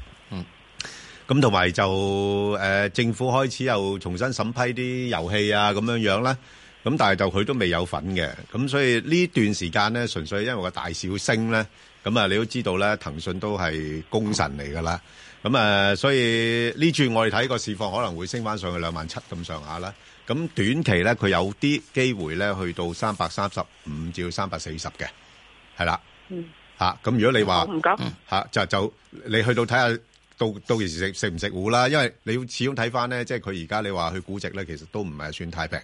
B: 咁同埋就誒、呃政府開始又重新審批啲遊戲啊咁樣樣啦，咁但係就佢都未有份嘅，咁所以呢段時間咧，純粹因為個大小升咧，咁啊你都知道咧，騰訊都係功臣嚟㗎啦，咁啊、呃所以呢轉我哋睇個市況可能會升翻上去兩萬七咁上下啦，咁短期咧佢有啲機會咧去到三百三十五至到三百四十嘅，係啦。
N: 嗯，
B: 吓啊咁如果你話
N: 好唔該
B: 吓就就你去到睇下到到時食食唔食糊啦，因為你要始終睇翻咧，即係佢而家你話佢估值咧，其實都唔係算太平。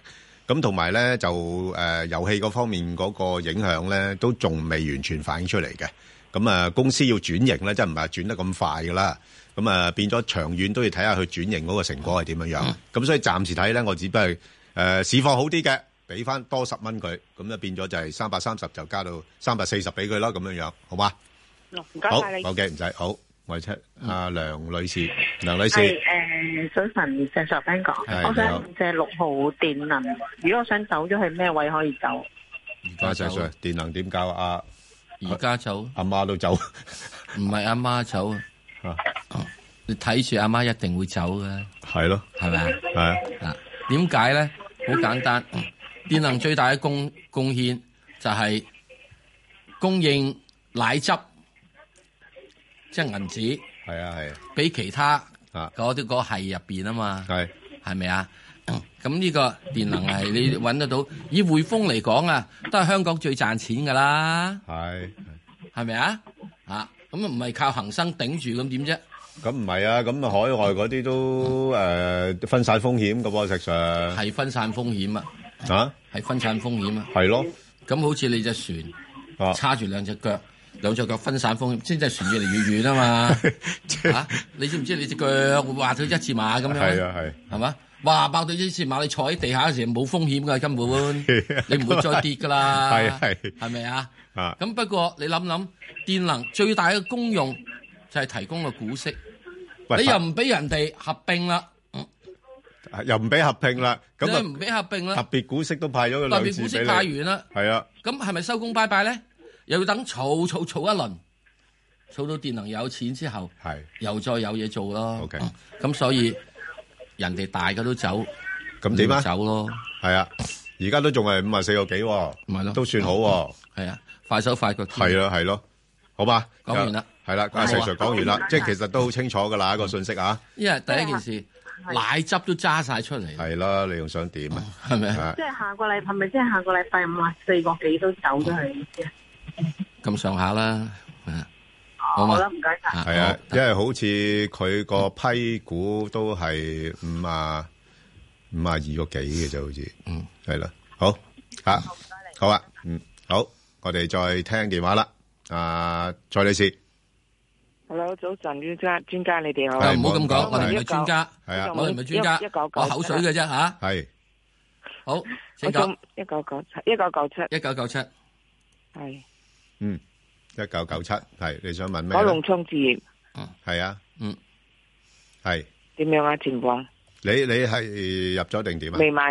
B: 咁同埋咧就誒、呃、遊戲嗰方面嗰個影響咧，都仲未完全反映出嚟嘅。咁啊、呃公司要轉型咧，即係唔係轉得咁快噶啦。咁啊、呃、變咗長遠都要睇下佢轉型嗰個成果係點樣樣。咁所以暫時睇咧，我只不過誒、呃市況好啲嘅，俾翻多十蚊佢，咁就變咗就係三百三十就加到三百四十俾佢啦，咁樣樣好嘛？
N: 唔
B: 好，OK，唔使，好，我哋出阿梁女士，梁女士，
P: 係誒，早晨，石 Sir 聽講，
B: 係
P: 我
B: 你好
P: 想借六號電能，如果我想走咗去咩位可以走？
B: 阿石 Sir，電能點搞啊？
A: 而家走，
B: 阿媽都走，
A: 唔係阿媽走
B: 啊！
A: 你睇住阿媽一定會走嘅，
B: 係咯，
A: 係咪啊？
B: 係啊，
A: 嗱，點解咧？好簡單，電能最大嘅貢貢獻就係供應奶汁，即係銀紙，
B: 係啊係啊，
A: 俾其他
B: 啊
A: 嗰啲嗰係入邊啊嘛。
B: 係，
A: 係咪啊？咁呢個電 能係你揾得到，以匯豐嚟講啊，都係香港最賺錢噶啦，
B: 係
A: 係咪啊？啊，咁唔係靠恒生頂住咁點啫？
B: 咁唔係啊，咁啊海外嗰啲都誒分散風險嘅噃，石 Sir
A: 係分散風險啊，
B: 啊
A: 係分散風險啊，
B: 係咯。啊
A: 咁好似你隻船叉住兩隻腳，兩隻腳分散風險，先隻船越嚟越遠 啊嘛。啊，你知唔知你隻腳會劃到一字馬咁樣？
B: 係啊係，
A: 係嘛？哇！爆到一字馬，你坐喺地下嘅時候冇風險㗎，根本 你唔會再跌㗎啦。
B: 係係
A: 係咪啊？
B: 啊，
A: 咁不過你諗諗，電能最大嘅功用就係提供個股息，
B: 喂
A: 你又唔俾人哋合併啦，
B: 又唔俾合併啦，
A: 你
B: 咁
A: 又
B: 啊
A: 唔俾合併啦
B: 特，別股息都派咗佢
A: 特
B: 兩
A: 別
B: 次
A: 股息
B: 俾你
A: 派完啦，
B: 係啊，
A: 咁係咪收工拜拜咧？又要等儲儲儲一輪，儲到電能有錢之後，
B: 係
A: 又再有嘢做咯。嗯
B: OK
A: 咁所以人哋大嘅都走，
B: 咁點啊？
A: 你咪走咯，
B: 係啊，而家都仲係五啊四個幾喎，
A: 咪咯
B: 都算好喎。
A: 係啊，快手快腳。
B: 係啦，係咯，好嘛？
A: 講完啦
B: 係啦，阿
A: 好啊
B: 石 Sir 講完啦，即係其實都好清楚㗎啦，個信息啊。
A: 因為第一件事奶汁都揸晒出嚟，
B: 係啦，你仲想點啊？
A: 係咪
B: 啊
P: 即？係下個禮拜，咪即係下個禮拜五啊四個幾都走咗佢啫。
A: 咁上下啦。啊好
P: 好
A: 嘛
P: 啦，，唔該晒。
B: 係啊，因為好似佢個批股都係五啊五啊二個幾嘅啫，好似。
A: 嗯，
B: 係啦，好吓，好啊，嗯，好，我哋再聽電話啦。啊，蔡女士，
O: Hello，早晨，專家，專家你哋好。
A: 啊唔好咁講，我哋唔係
O: 19
A: 專家，
B: 係啊
A: 我哋唔係專家
O: 一一九，九
A: 我口水嘅啫吓。
B: 係
A: 好，請
O: 我
A: 講
O: 想一九九七，一九九七
A: 一九九七。
O: 係
B: 嗯，一九九七，係你想問
A: 啊
B: 咩
O: 我
B: 咧
O: 農？倉置業
B: 係啊，
A: 嗯，
B: 係
O: 點樣啊？情況
B: 你你係入咗定點啊？
O: 未買，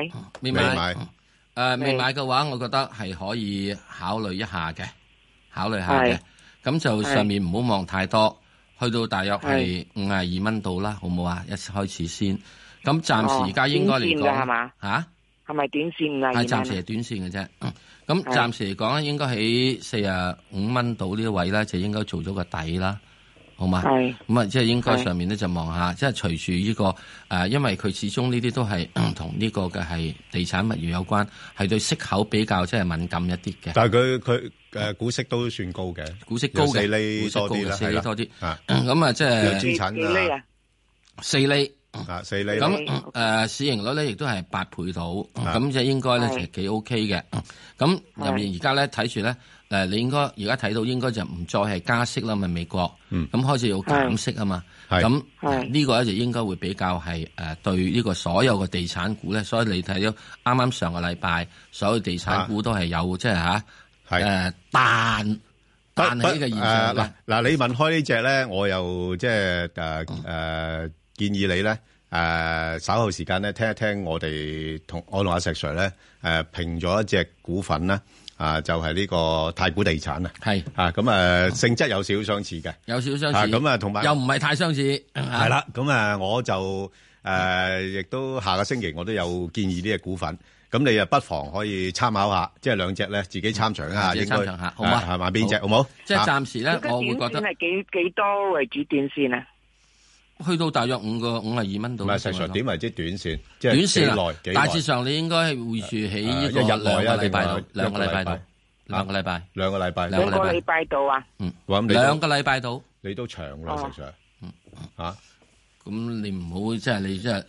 B: 未
A: 未買
B: 買，
A: 誒呃未買嘅話，我覺得係可以考慮一下嘅，考慮下嘅
O: 係。
A: 咁就
O: 係
A: 上面唔好望太多，去到大約係
O: 係
A: 五廿二蚊度啦，好唔好啊？一開始先。咁暫時而家應該嚟
O: 哦短線㗎係
A: 講
O: 嘛，
A: 嚇
O: 係咪短線啊？
A: 係暫
O: 二
A: 時
O: 萬
A: 係短線嘅啫。嗯咁
O: 係
A: 暫時嚟講咧，應該喺四啊五蚊度呢個位咧，就應該做咗個底啦，好嘛？
O: 係
A: 咁啊，即係應該
O: 係
A: 上面咧就望下，即係隨住呢個誒、呃因為佢始終呢啲都係 同呢個嘅係地產物業有關，係對息口比較即係敏感一啲嘅，
B: 但係佢佢誒股息都算高嘅，
A: 股息高
B: 有四
A: 嘅，
B: 厘
A: 股息
B: 多
A: 高
B: 啲
A: 嘅
B: 啦，
A: 四
B: 係
A: 厘
B: 啦
A: 多啲。
B: 啊
A: 咁啊，即
B: 有
A: 係
B: 資產
O: 幾厘
B: 㗎
O: 啊？
A: 四厘。
B: 啊四厘啦，
A: 咁誒、呃市盈率咧，亦都係八倍到，嗯
B: 啊
A: 咁就應該咧
O: 係
A: 就幾 OK 嘅。咁入面
O: 係
A: 而家咧睇住咧，誒你應該而家睇到應該就唔再係加息啦，咪美國，
B: 嗯
A: 咁開始有減息啊嘛。
B: 係
A: 咁
O: 係
A: 呢個咧就應該會比較係誒、呃、對呢個所有嘅地產股咧，所以你睇到啱啱上個禮拜所有地產股都係有即係嚇
B: 係
A: 誒彈彈起嘅現
B: 不
A: 象
B: 不
A: 嘅
B: 誒，嗱嗱，你問開呢只咧，我又即係誒誒建議你咧誒稍後時間咧聽一聽我哋同我同阿石 Sir 咧誒評咗一隻股份啦，啊就係呢個太古地產啊，
A: 係
B: 啊咁啊性質有少少相似嘅，
A: 有少少
B: 啊
A: 相似，
B: 咁啊同埋
A: 又唔係太相似，係
B: 係啦，咁啊我就誒亦都下個星期我都有建議呢只股份。咁你啊，不妨可以參考下，即係兩隻咧，自己參詳一下，啊
A: 自己
B: 應該
A: 參詳下好嘛
B: 係買邊隻好啊冇？
A: 即係暫時咧
O: 佢，
A: 我會覺
O: 短
A: 得
O: 線。係幾幾多為主短線啊？
A: 去到大約五個五廿二蚊度。
B: 唔係石 Sir，點為之短線？即係
A: 短
B: 幾
A: 線
B: 耐
A: 啊？
B: 幾耐？
A: 大致上你應該係會住喺呢個
B: 誒一日內啊
A: 兩個禮
B: 定
A: 拜度
B: 係，
A: 兩個
B: 一個禮
A: 禮拜度
B: 拜，啊
A: 兩個禮
B: 兩個
A: 拜，
B: 禮拜，
A: 兩
O: 兩
A: 個禮拜
O: 個禮拜到啊？
A: 嗯，
B: 哇咁你都
A: 兩個禮拜度。嗯
B: 你都長啦，
O: 哦
B: 石 Sir。嚇啊
A: 咁你唔好即係你即係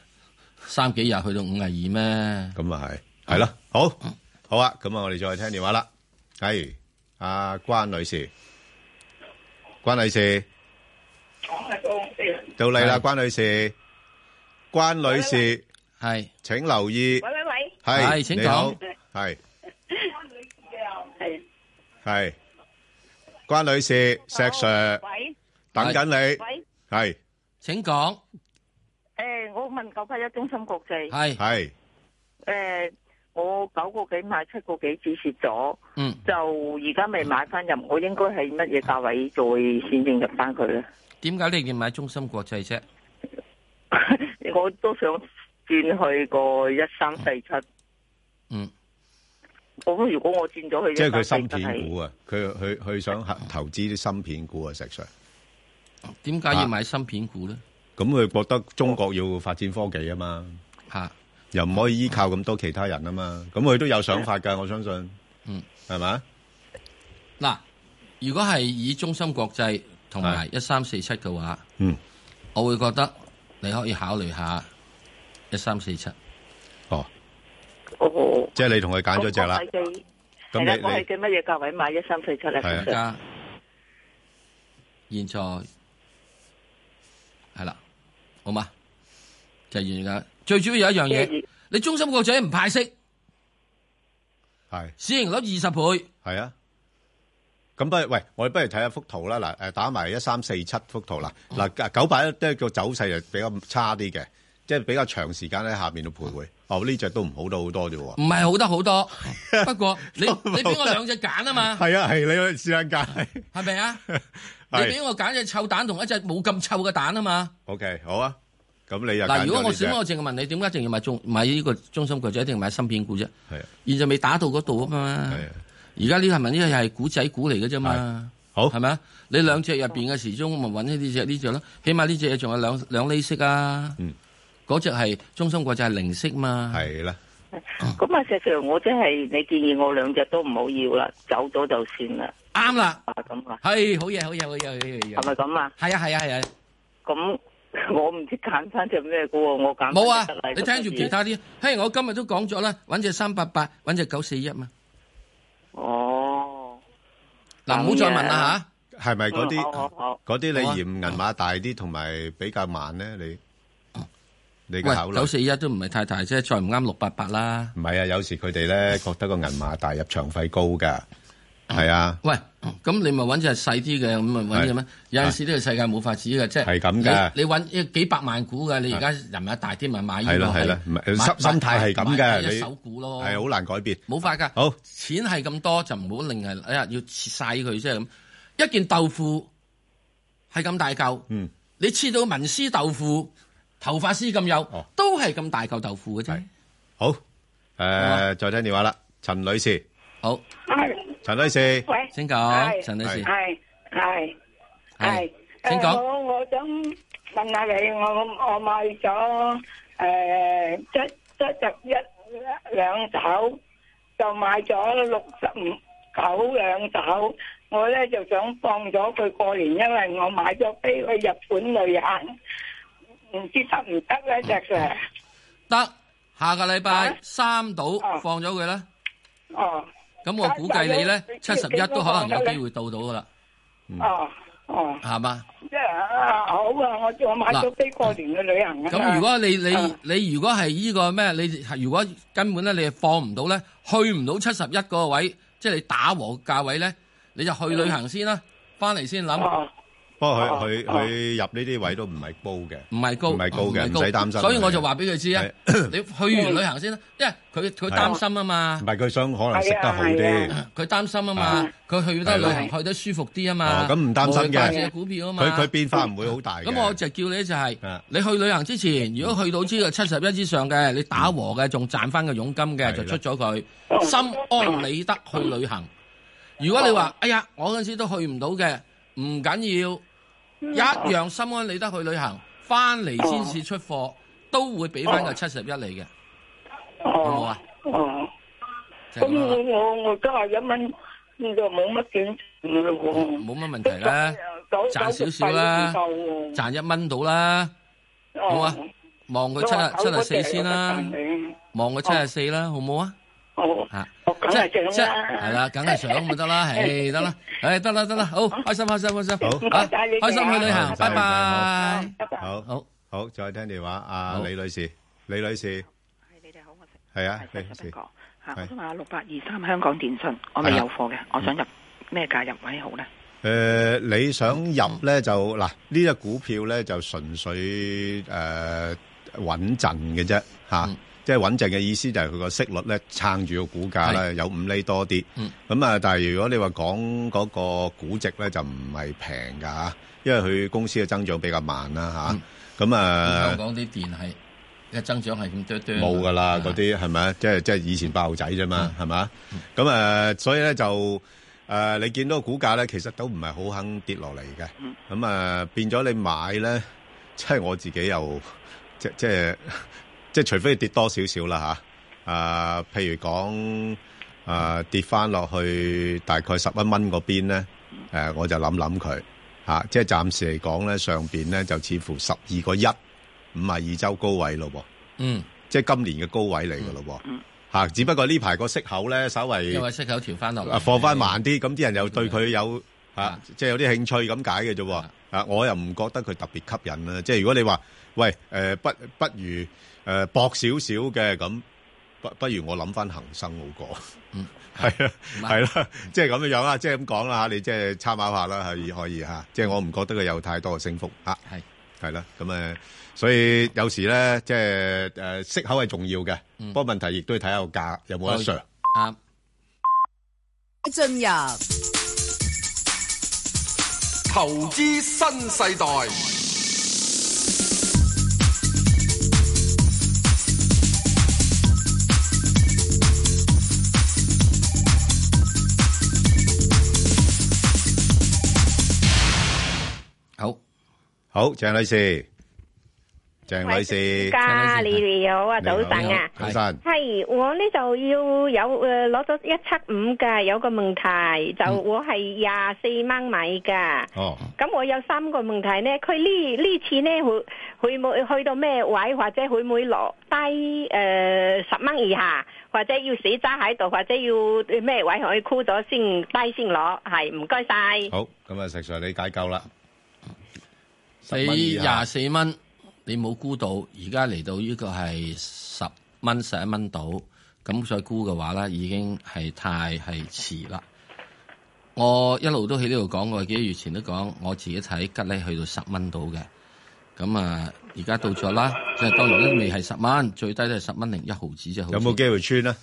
A: 三幾日去到五廿二咩？
B: 咁啊係係咯，好好啊，咁啊，我哋再聽電話啦。係阿關女士，關女士到你啦，
A: 係
B: 關女士，關女士
A: 係
B: 請留意，
Q: 喂喂喂，
A: 係
B: 係
A: 請
B: 你好
A: 講，
B: 係
Q: 系
B: 係關女士，石 Sir
Q: 喂
B: 等緊你，
Q: 喂，
B: 係
A: 請講，
Q: 诶、我問九七一中心國際，
A: 係
B: 係
Q: 诶、呃我九個幾買七個幾止蝕咗，
A: 嗯，
Q: 就而家未買翻入，我應該係乜嘢價位再先正入翻佢咧？
A: 點解你要買中心國際啫？
B: 嗯
Q: 我都想轉去個一三四七，
A: 嗯，
Q: 咁如果我轉咗去，
B: 即係佢啊芯片股啊，佢佢佢想投資啲芯片股啊，石 Sir。
A: 點解要買芯片股咧？
B: 咁佢覺得中國要發展科技啊嘛，
A: 嚇，
B: 又唔可以依靠咁多其他人啊嘛。咁佢都有想法㗎，我相信。
A: 嗯，
B: 係咪？
A: 嗱，如果係以中心國際同
B: 啊
A: 埋一三四七嘅話，
B: 嗯，
A: 我會覺得你可以考慮下一三四七。
B: 哦，
Q: 哦，
B: 即係你同佢揀咗只啦。咁
Q: 咁你係啦
B: 你，
Q: 我係
B: 你
Q: 嘅乜嘢價位買一三四七咧？
B: 係啊
A: 而家現在係啦，好嘛？就係而家最主要有一樣嘢，你中心國際唔派息，
B: 係
A: 市盈率二十倍。
B: 系啊，咁不如喂，我哋不如睇下幅圖啦。嗱，誒打埋一三四七幅圖啦。
A: 哦
B: 嗱，九百一都係個走勢係比較差啲嘅，即係比較長時間喺下面度徘徊。哦，呢只都唔好到好多啫喎。
A: 唔係好得 好多，不過你你俾我兩隻揀啊嘛，
B: 係啊，係你去試下價。
A: 係咪啊？ 你
B: 係
A: 俾我揀只臭蛋同一隻冇咁臭嘅蛋啊嘛。
B: O K，好啊。咁你又
A: 嗱，如果我
B: 選
A: 小我淨係問你點解一定要買中買呢個中心股，就一定要買芯片股啫？
B: 係啊
A: 現在未打到嗰度啊嘛。而家呢係咪呢個係股仔股嚟嘅啫嘛？
B: 好
A: 係咪啊？你兩隻入邊嘅時鐘咪揾呢只呢只咯，起碼呢只嘢仲有兩兩厘息啊。嗰只係中心國際係零息嘛。
B: 嗯係啦。
Q: 咁啊，石 Sir，我真係你建議我兩隻都唔好要啦，走咗就算 啦。
A: 啱啦。
Q: 啊，咁啊。
A: 係好嘢，好嘢，好嘢，好嘢。係
Q: 咪咁啊？
A: 係啊，係啊，係啊。
Q: 咁我唔知揀翻只咩股喎，我揀
A: 冇啊！你聽住其他啲，嘿，我今日都講咗啦，揾只三八八，揾只九四一嘛。
Q: 哦，
A: 嗱，唔好再問啦
B: 係咪嗰
A: 嗯好好
B: 啲
A: 好
B: 嗰啲
A: 好啊
B: 你嫌銀碼大啲同埋比較慢咧？你你嘅
A: 嚇。
B: 考
A: 喂，
B: 慮
A: 九四一都唔係太大啫，再唔啱六八八啦。
B: 唔係啊？有時佢哋 咧覺得個銀碼大入場費高㗎，係啊。
A: 嗯喂，咁你咪揾隻細啲嘅，咁咪揾只咩
B: 係？
A: 有陣時呢個世界冇法子嘅，即係
B: 係咁㗎
A: 你你揾幾百萬股嘅，你而家人物大啲咪買呢個
B: 係啦係啦唔係
A: 買
B: 心心態係咁
A: 買
B: 嘅
A: 買
B: 你
A: 一手股咯，
B: 係好難改變，
A: 冇法㗎。
B: 好，
A: 錢係咁多就唔好令係哎呀要切晒佢，即係咁。一件豆腐係咁大嚿，
B: 嗯，
A: 你切到文絲豆腐、頭髮絲咁幼，都係咁大嚿豆腐嘅啫。
B: 好，誒，再聽電話啦，陳女士。
A: 好，
B: 陳女士，
R: 喂
A: 請
R: 係
A: 講，陳女士，
R: 係係係，
A: 請
R: 誒
A: 講
R: 我我想問下你，我我買咗誒七七十呃一兩手，就買咗六十五九兩手。我咧就想放咗佢過年，因為我買咗飛去日本旅行，唔知得唔得咧？石 Sir，
A: 得下個禮拜三到放咗佢啦。
R: 哦
A: 咁我估計你咧七
R: 但
A: 十
R: 係
A: 一
R: 有
A: 都可能有機會到到噶啦，Ừ.
R: 哦哦，
A: 係嘛？
R: 即係啊好啊！我我買咗飛過年去旅行啊嘛
A: 咁如果你你
R: 啊
A: 你如果係呢個咩？你如果根本咧你係放唔到咧，去唔到七十一嗰個位，即係你打和價位咧，你就去旅行先啦，翻嚟先諗。
B: 不過佢佢佢入呢啲位都唔係高嘅，
A: 唔係高，
B: 唔係高嘅，唔使擔心。
A: 所以我就話俾佢知 啊，你去完旅行先啦，因為佢佢擔心啊嘛
B: 唔。係佢想可能食得好啲，
A: 佢擔啊心啊嘛，佢去得旅行去得舒服啲啊
B: 哦，。
A: 嘛
B: 咁唔擔心
A: 冇買隻
B: 嘅。
A: 股票啊嘛。
B: 佢佢變化唔會 好大嘅。啊
A: 咁我就叫你就係、你去旅行之前，如果去到呢個七十一之上嘅，你打和
B: 嗯
A: 嘅，仲賺翻個佣金嘅，就出咗佢，心安理得去旅行。如果你話，哎呀，我嗰陣時都去唔到嘅，唔緊
R: 嗯
A: 要，一樣心安理得去旅行，翻嚟先至出貨，都會俾翻個七十一嚟嘅，好冇啊？
R: 哦，
A: 就係
R: 咁
A: 咁啦
R: 我我我都係一蚊，就冇乜點錢咯喎。
A: 冇乜問題啦，賺少少啦，賺一蚊到啦，好啊？
R: 哦
A: 望佢七啊七啊四先啦。望佢七十四啦，好唔好啊？
R: 好
A: 吓，
R: 梗係想啦
A: 係啦，梗係想咪得啦，唉，得啦，唉，得啦，得啦，好，開心，開心，開心，
B: 好
A: 啊
B: 唔該晒你哋啊
A: 開心去旅行，
B: 唔該
A: 拜
B: 晒
A: 拜。
B: 好好好，再聽電話。阿
A: 好
B: 李女士，李女士
P: 你哋好，我係
B: 係啊，李女士
P: 啊我
B: 係
P: 想問下六八二三香港電訊，
A: 啊
P: 我未有貨嘅，我想入咩價入位好咧？
B: 誒，呃你想入咧就嗱，呢只股票咧就純粹誒呃穩陣嘅啫嚇，即係穩陣嘅意思就係佢個息率咧撐住個股價咧有五厘多啲。咁啊，但係如果你話講嗰個估值咧就唔係平㗎嚇，因為佢公司嘅增長比較慢啦嚇。咁啊
A: 香。港啲電係嘅增長係咁多多，
B: 冇噶啦，嗰啊啲係咪啊？即係即係以前八號仔啫嘛，係咪啊？咁誒，呃所以咧就誒、呃你見到個股價咧，其實都唔係好肯跌落嚟嘅。咁 誒、呃變咗你買咧，即係我自己又即即係 即係除非跌多少少啦吓，啊，譬如講啊跌翻落去大概十一蚊嗰邊咧，誒、啊、我就諗諗佢嚇，即係暫時嚟講咧，上邊咧就似乎十二個一五十二周高位咯喎，
A: 嗯，
B: 即係今年嘅高位嚟嘅咯喎，嚇、只不過呢排個息口咧稍微
A: 因為息口調翻落嚟，
B: 啊放翻慢啲，咁啲人又對佢有嚇，即係有啲興趣咁解嘅啫喎。啊，我又唔覺得佢特別吸引啦。即係如果你話喂誒、呃不不如誒搏少少嘅咁，不不如我諗翻恒生好過。
A: 嗯，
B: 係啊，係啦，即係咁樣樣啊啦，即係咁講啦嚇，你即係參考下啦，可以可以嚇。即係我唔覺得佢有太多嘅升幅嚇。
A: 係
B: 係啦，咁誒，所以有時咧，即係誒息口係重要嘅，
A: 嗯
B: 不過問題亦都要睇下個價有冇得
A: 對
B: 上。
A: 啱。
L: 进入
M: 投資新世代，
A: 好，
B: 好，鄭女士，鄭女士，
S: 家你哋好啊，
B: 你好
S: 早晨啊，
B: 早晨
S: 系我呢就要有诶攞咗一七五嘅，有個問題就
B: 嗯
S: 我係廿四蚊買㗎。
B: 哦，
S: 咁我有三個問題呢，佢呢呢次呢，佢佢冇去到咩位，或者佢唔會落低诶十蚊以下，或者要死揸喺度，或者要呃咩位可以箍咗先低先攞，係唔該晒。
B: 好，咁啊，石 Sir 你解救啦。
A: 你
B: 蚊以下
A: 廿四蚊，你冇估到，而家嚟到呢個係十蚊、十一蚊度，咁再估嘅話咧，已經係太係遲啦。我一路都喺呢度講，我幾個月前都講，我自己睇吉利去到十蚊度嘅，咁啊，而家到咗啦，即係當然都未係十蚊，最低都係十蚊零一毫子啫。好似
B: 有冇機會穿咧？啊
A: 誒、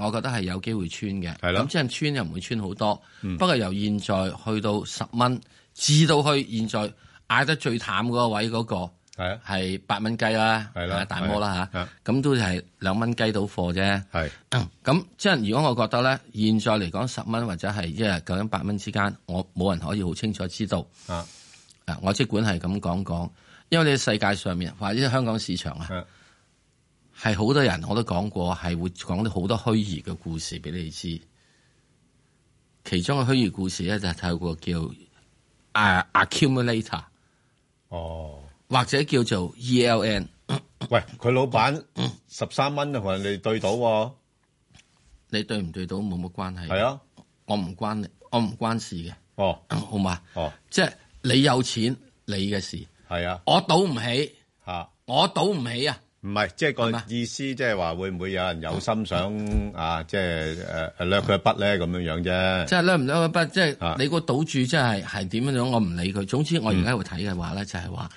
A: 呃我覺得係有機會穿嘅。
B: 係咯
A: 咁即係穿又唔會穿好多。
B: 嗯
A: 不過由現在去到十蚊，至到去現在嗌得最淡嗰個位嗰、個
B: 係啊，
A: 係八蚊雞啦，係啦，大摩啦
B: 係啊
A: 嚇。咁都係兩蚊雞到貨啫。
B: 係。
A: 咁即係如果我覺得咧，現在嚟講十蚊或者係一日九蚊八蚊之間，我冇人可以好清楚知道。
B: 啊，
A: 啊，我即管係咁講講，因為你世界上面或者香港市場啊，係好多人我都講過，係會講啲好多虛擬嘅故事俾你知。其中嘅虛擬故事咧，就係透過叫啊 accumulator，
B: 哦，
A: 或者叫做 E ELN。
B: 喂，佢老闆十三蚊同人哋對到喎，
A: 你對唔對到冇乜關係。
B: 係啊，
A: 我唔關你，我唔關事嘅。
B: 哦，
A: 好嘛。
B: 哦，
A: 即係你有錢，你嘅事。
B: 係啊，
A: 我賭唔起。
B: 嚇，
A: 我賭唔起啊！
B: 唔係，即係個意思，即係話會唔會有人有心想啊，即係誒誒掠佢一筆咧咁樣樣啫。
A: 即係咧唔咧不，即
B: 啊
A: 係你個賭注即係係點樣樣，我唔理佢。總之我而家喺度睇嘅話咧，就係話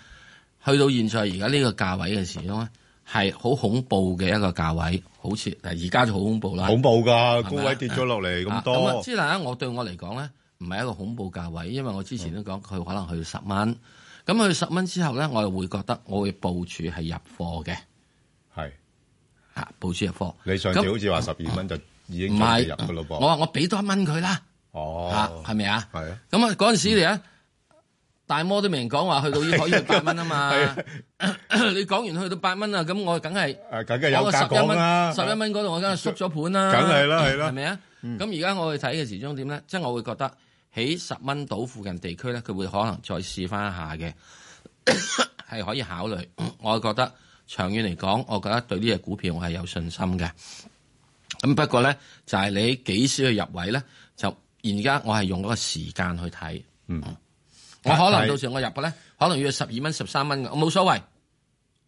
A: 去到現在而家呢個價位嘅時鐘咧，係好恐怖嘅一個價位，好似嗱而家就好恐怖啦。
B: 恐怖㗎，
A: 係
B: 高
A: 咪啊
B: 位跌咗落嚟咁
A: 啊啊
B: 多
A: 之。但係我對我嚟講咧，唔係一個恐怖價位，因為我之前都講佢可能去到十蚊。咁去十蚊之後咧，我又會覺得我會部署係入貨嘅。
B: 係
A: 啊，部署入貨。
B: 你上次
A: 咁
B: 好似話十二蚊就已經
A: 唔
B: 準備
A: 係
B: 入㗎咯噃。
A: 我話我俾多一蚊佢啦。
B: 哦，
A: 係咪啊？
B: 係啊，
A: 咁啊，嗰陣時嚟啊，大摩都未人講話去到要可以去八蚊啊嘛。 你講完去到八蚊啊，咁我梗係
B: 誒梗係有
A: 我個
B: 價
A: 11
B: 講啦
A: 蚊十一蚊嗰度我梗係縮咗盤啦。
B: 梗係啦係啦嗯
A: 係咪啊？咁而家我去睇嘅時鐘點咧，即係我會覺得喺十蚊島附近地區咧，佢會可能再試翻一下嘅， 係可以考慮。 我覺得長遠嚟講，我覺得對呢只股票我係有信心嘅。咁不過咧，就係、你幾時去入位咧，就而家我係用嗰個時間去睇。
B: 嗯，
A: 我可能
B: 係
A: 到時我入嘅咧，可能要十二蚊、十三蚊嘅，我冇所謂，哦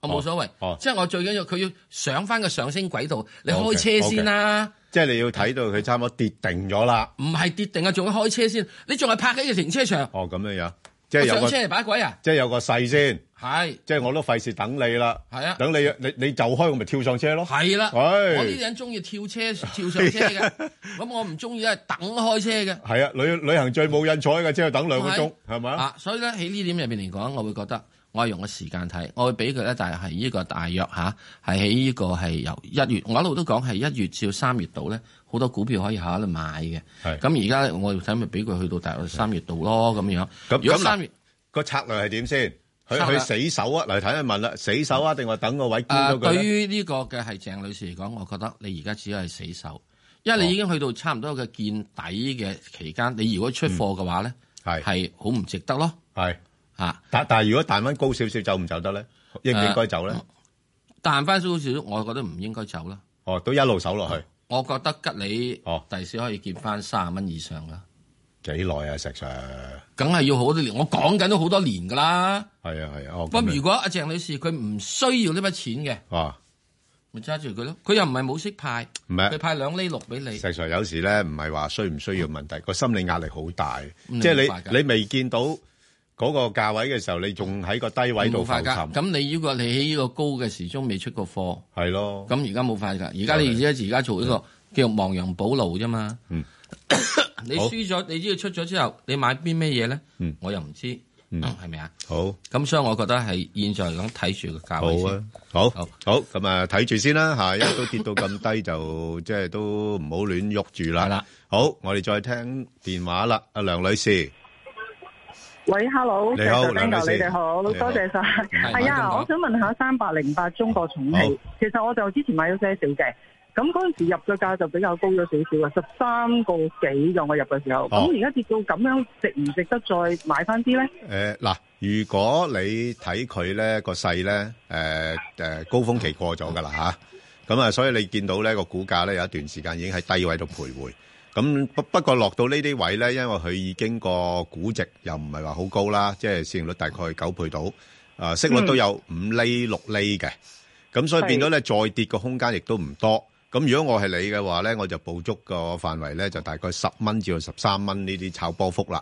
A: 我
B: Ờ.
A: 冇所謂。
B: 哦
A: 即係我最緊要佢要上翻個上升軌道，你開車先啦。
B: 即係你要睇到佢差唔多跌定咗啦。
A: 唔係跌定啊，仲要開車先。你仲係泊喺個停車場，
B: 哦，咁樣樣，即
A: 我
B: 係有
A: 上
B: 個
A: 車嚟把鬼啊！
B: 即係有個勢先。
A: 係，
B: 即係我都費事等你啦。
A: 係啊
B: 等你哎你你就開，我咪跳上車咯。
A: 係啦，
B: 唉
A: 我呢啲人中意跳車跳上車嘅， 咁我唔中意咧等開車嘅。
B: 係啊，旅旅行最冇癮坐喺架車度等兩個鐘，係咪啊？
A: 啊，所以咧喺呢點入邊嚟講，我會覺得我係用個時間睇，我會俾佢咧，但係呢個大約嚇係喺呢個係由一月，我一路都講係一月至到三月度咧，好多股票可以考慮買嘅。咁而家呢我睇咪俾佢去到大約三月度咯，咁樣。
B: 咁
A: 如
B: 咁嗱
A: 果三月
B: 個策略係點先？佢
A: 差啦
B: 佢死守啊，嚟睇一問啦，死守啊，定話等個位沽
A: 誒，
B: 咗佢
A: 對
B: 咧？
A: 於呢個嘅係鄭女士嚟講，我覺得你而家只係死守，因
B: 哦
A: 為你已經去到差唔多嘅見底嘅期間，你如果出貨嘅話咧，
B: 嗯係
A: 係好唔值得咯。啊
B: 係
A: 嚇，
B: 但但係如果彈翻高少少走唔走得咧？應唔應該走咧？
A: 彈翻少少，我覺得唔應該走啦。啊
B: 哦，都一路守落去，哦
A: 我覺得吉利第時可以見翻三十蚊以上啦。
B: 幾耐啊？石 Sir，
A: 梗係要好多年，我講緊都好多年㗎啦。
B: 係啊係啊，哦咁
A: 咁
B: 樣
A: 如果阿鄭女士佢唔需要呢筆錢嘅，
B: 哇！
A: 咪揸住佢咯。佢又唔係冇息派，
B: 唔係
A: 佢派兩厘六俾你。
B: 實上有時咧，唔係話需唔需要問題，個心理壓力好大，
A: 嗯
B: 即
A: 你冇法
B: 係
A: 㗎
B: 你你未見到嗰個價位嘅時候，你仲喺個低位度
A: 冇
B: 浮
A: 法㗎，
B: 沉，
A: 咁你呢個你喺呢個高嘅時鐘未出過貨，
B: 係咯。
A: 咁而家冇法㗎。而家你而家而家做呢個叫做亡羊補牢啫嘛。
B: 嗯
A: 你
B: 好
A: 輸咗，你呢個出咗之後，你買邊咩嘢咧？
B: 嗯
A: 我又唔知，
B: 嗯
A: 係咪啊？
B: 好，
A: 咁所以我覺得係現在嚟講睇住個價位
B: 好啊
A: 先。，
B: 好，好，咁啊睇住先啦嚇，因為都跌到咁低就 即係都唔好亂喐住啦。啦，好，我哋再聽電話啦，阿梁女士，
T: 喂，hello，
B: 你好
T: 石 Sir，
B: 梁女
T: Bingo，
B: 士
T: 你哋好，
B: 你好
T: 多謝晒。係
B: 慢慢
T: 啊，
B: 講
T: 我想問下三百零八中國重
B: 好
T: 汽，其實我就之前買咗些少嘅，咁嗰陣時入嘅價就比較高咗少少啊，十三個幾嘅我入嘅時候，
B: 哦
T: 咁而家跌到咁樣，值唔值得再買翻啲咧？
B: 誒呃嗱，如果你睇佢咧個勢咧，誒誒高峰期過咗㗎啦嚇，咁啊，所以你見到咧個股價咧有一段時間已經喺低位度徘徊。咁不不過落到呢啲位咧，因為佢已經個估值又唔係話好高啦，即係市盈率大概九倍到，啊息率都有五厘六厘嘅，咁所以
U: 係
B: 變咗咧再跌嘅空間亦都唔多。咁如果我係你嘅話咧，我就捕捉個範圍咧就大概十蚊至到十三蚊呢啲炒波幅啦。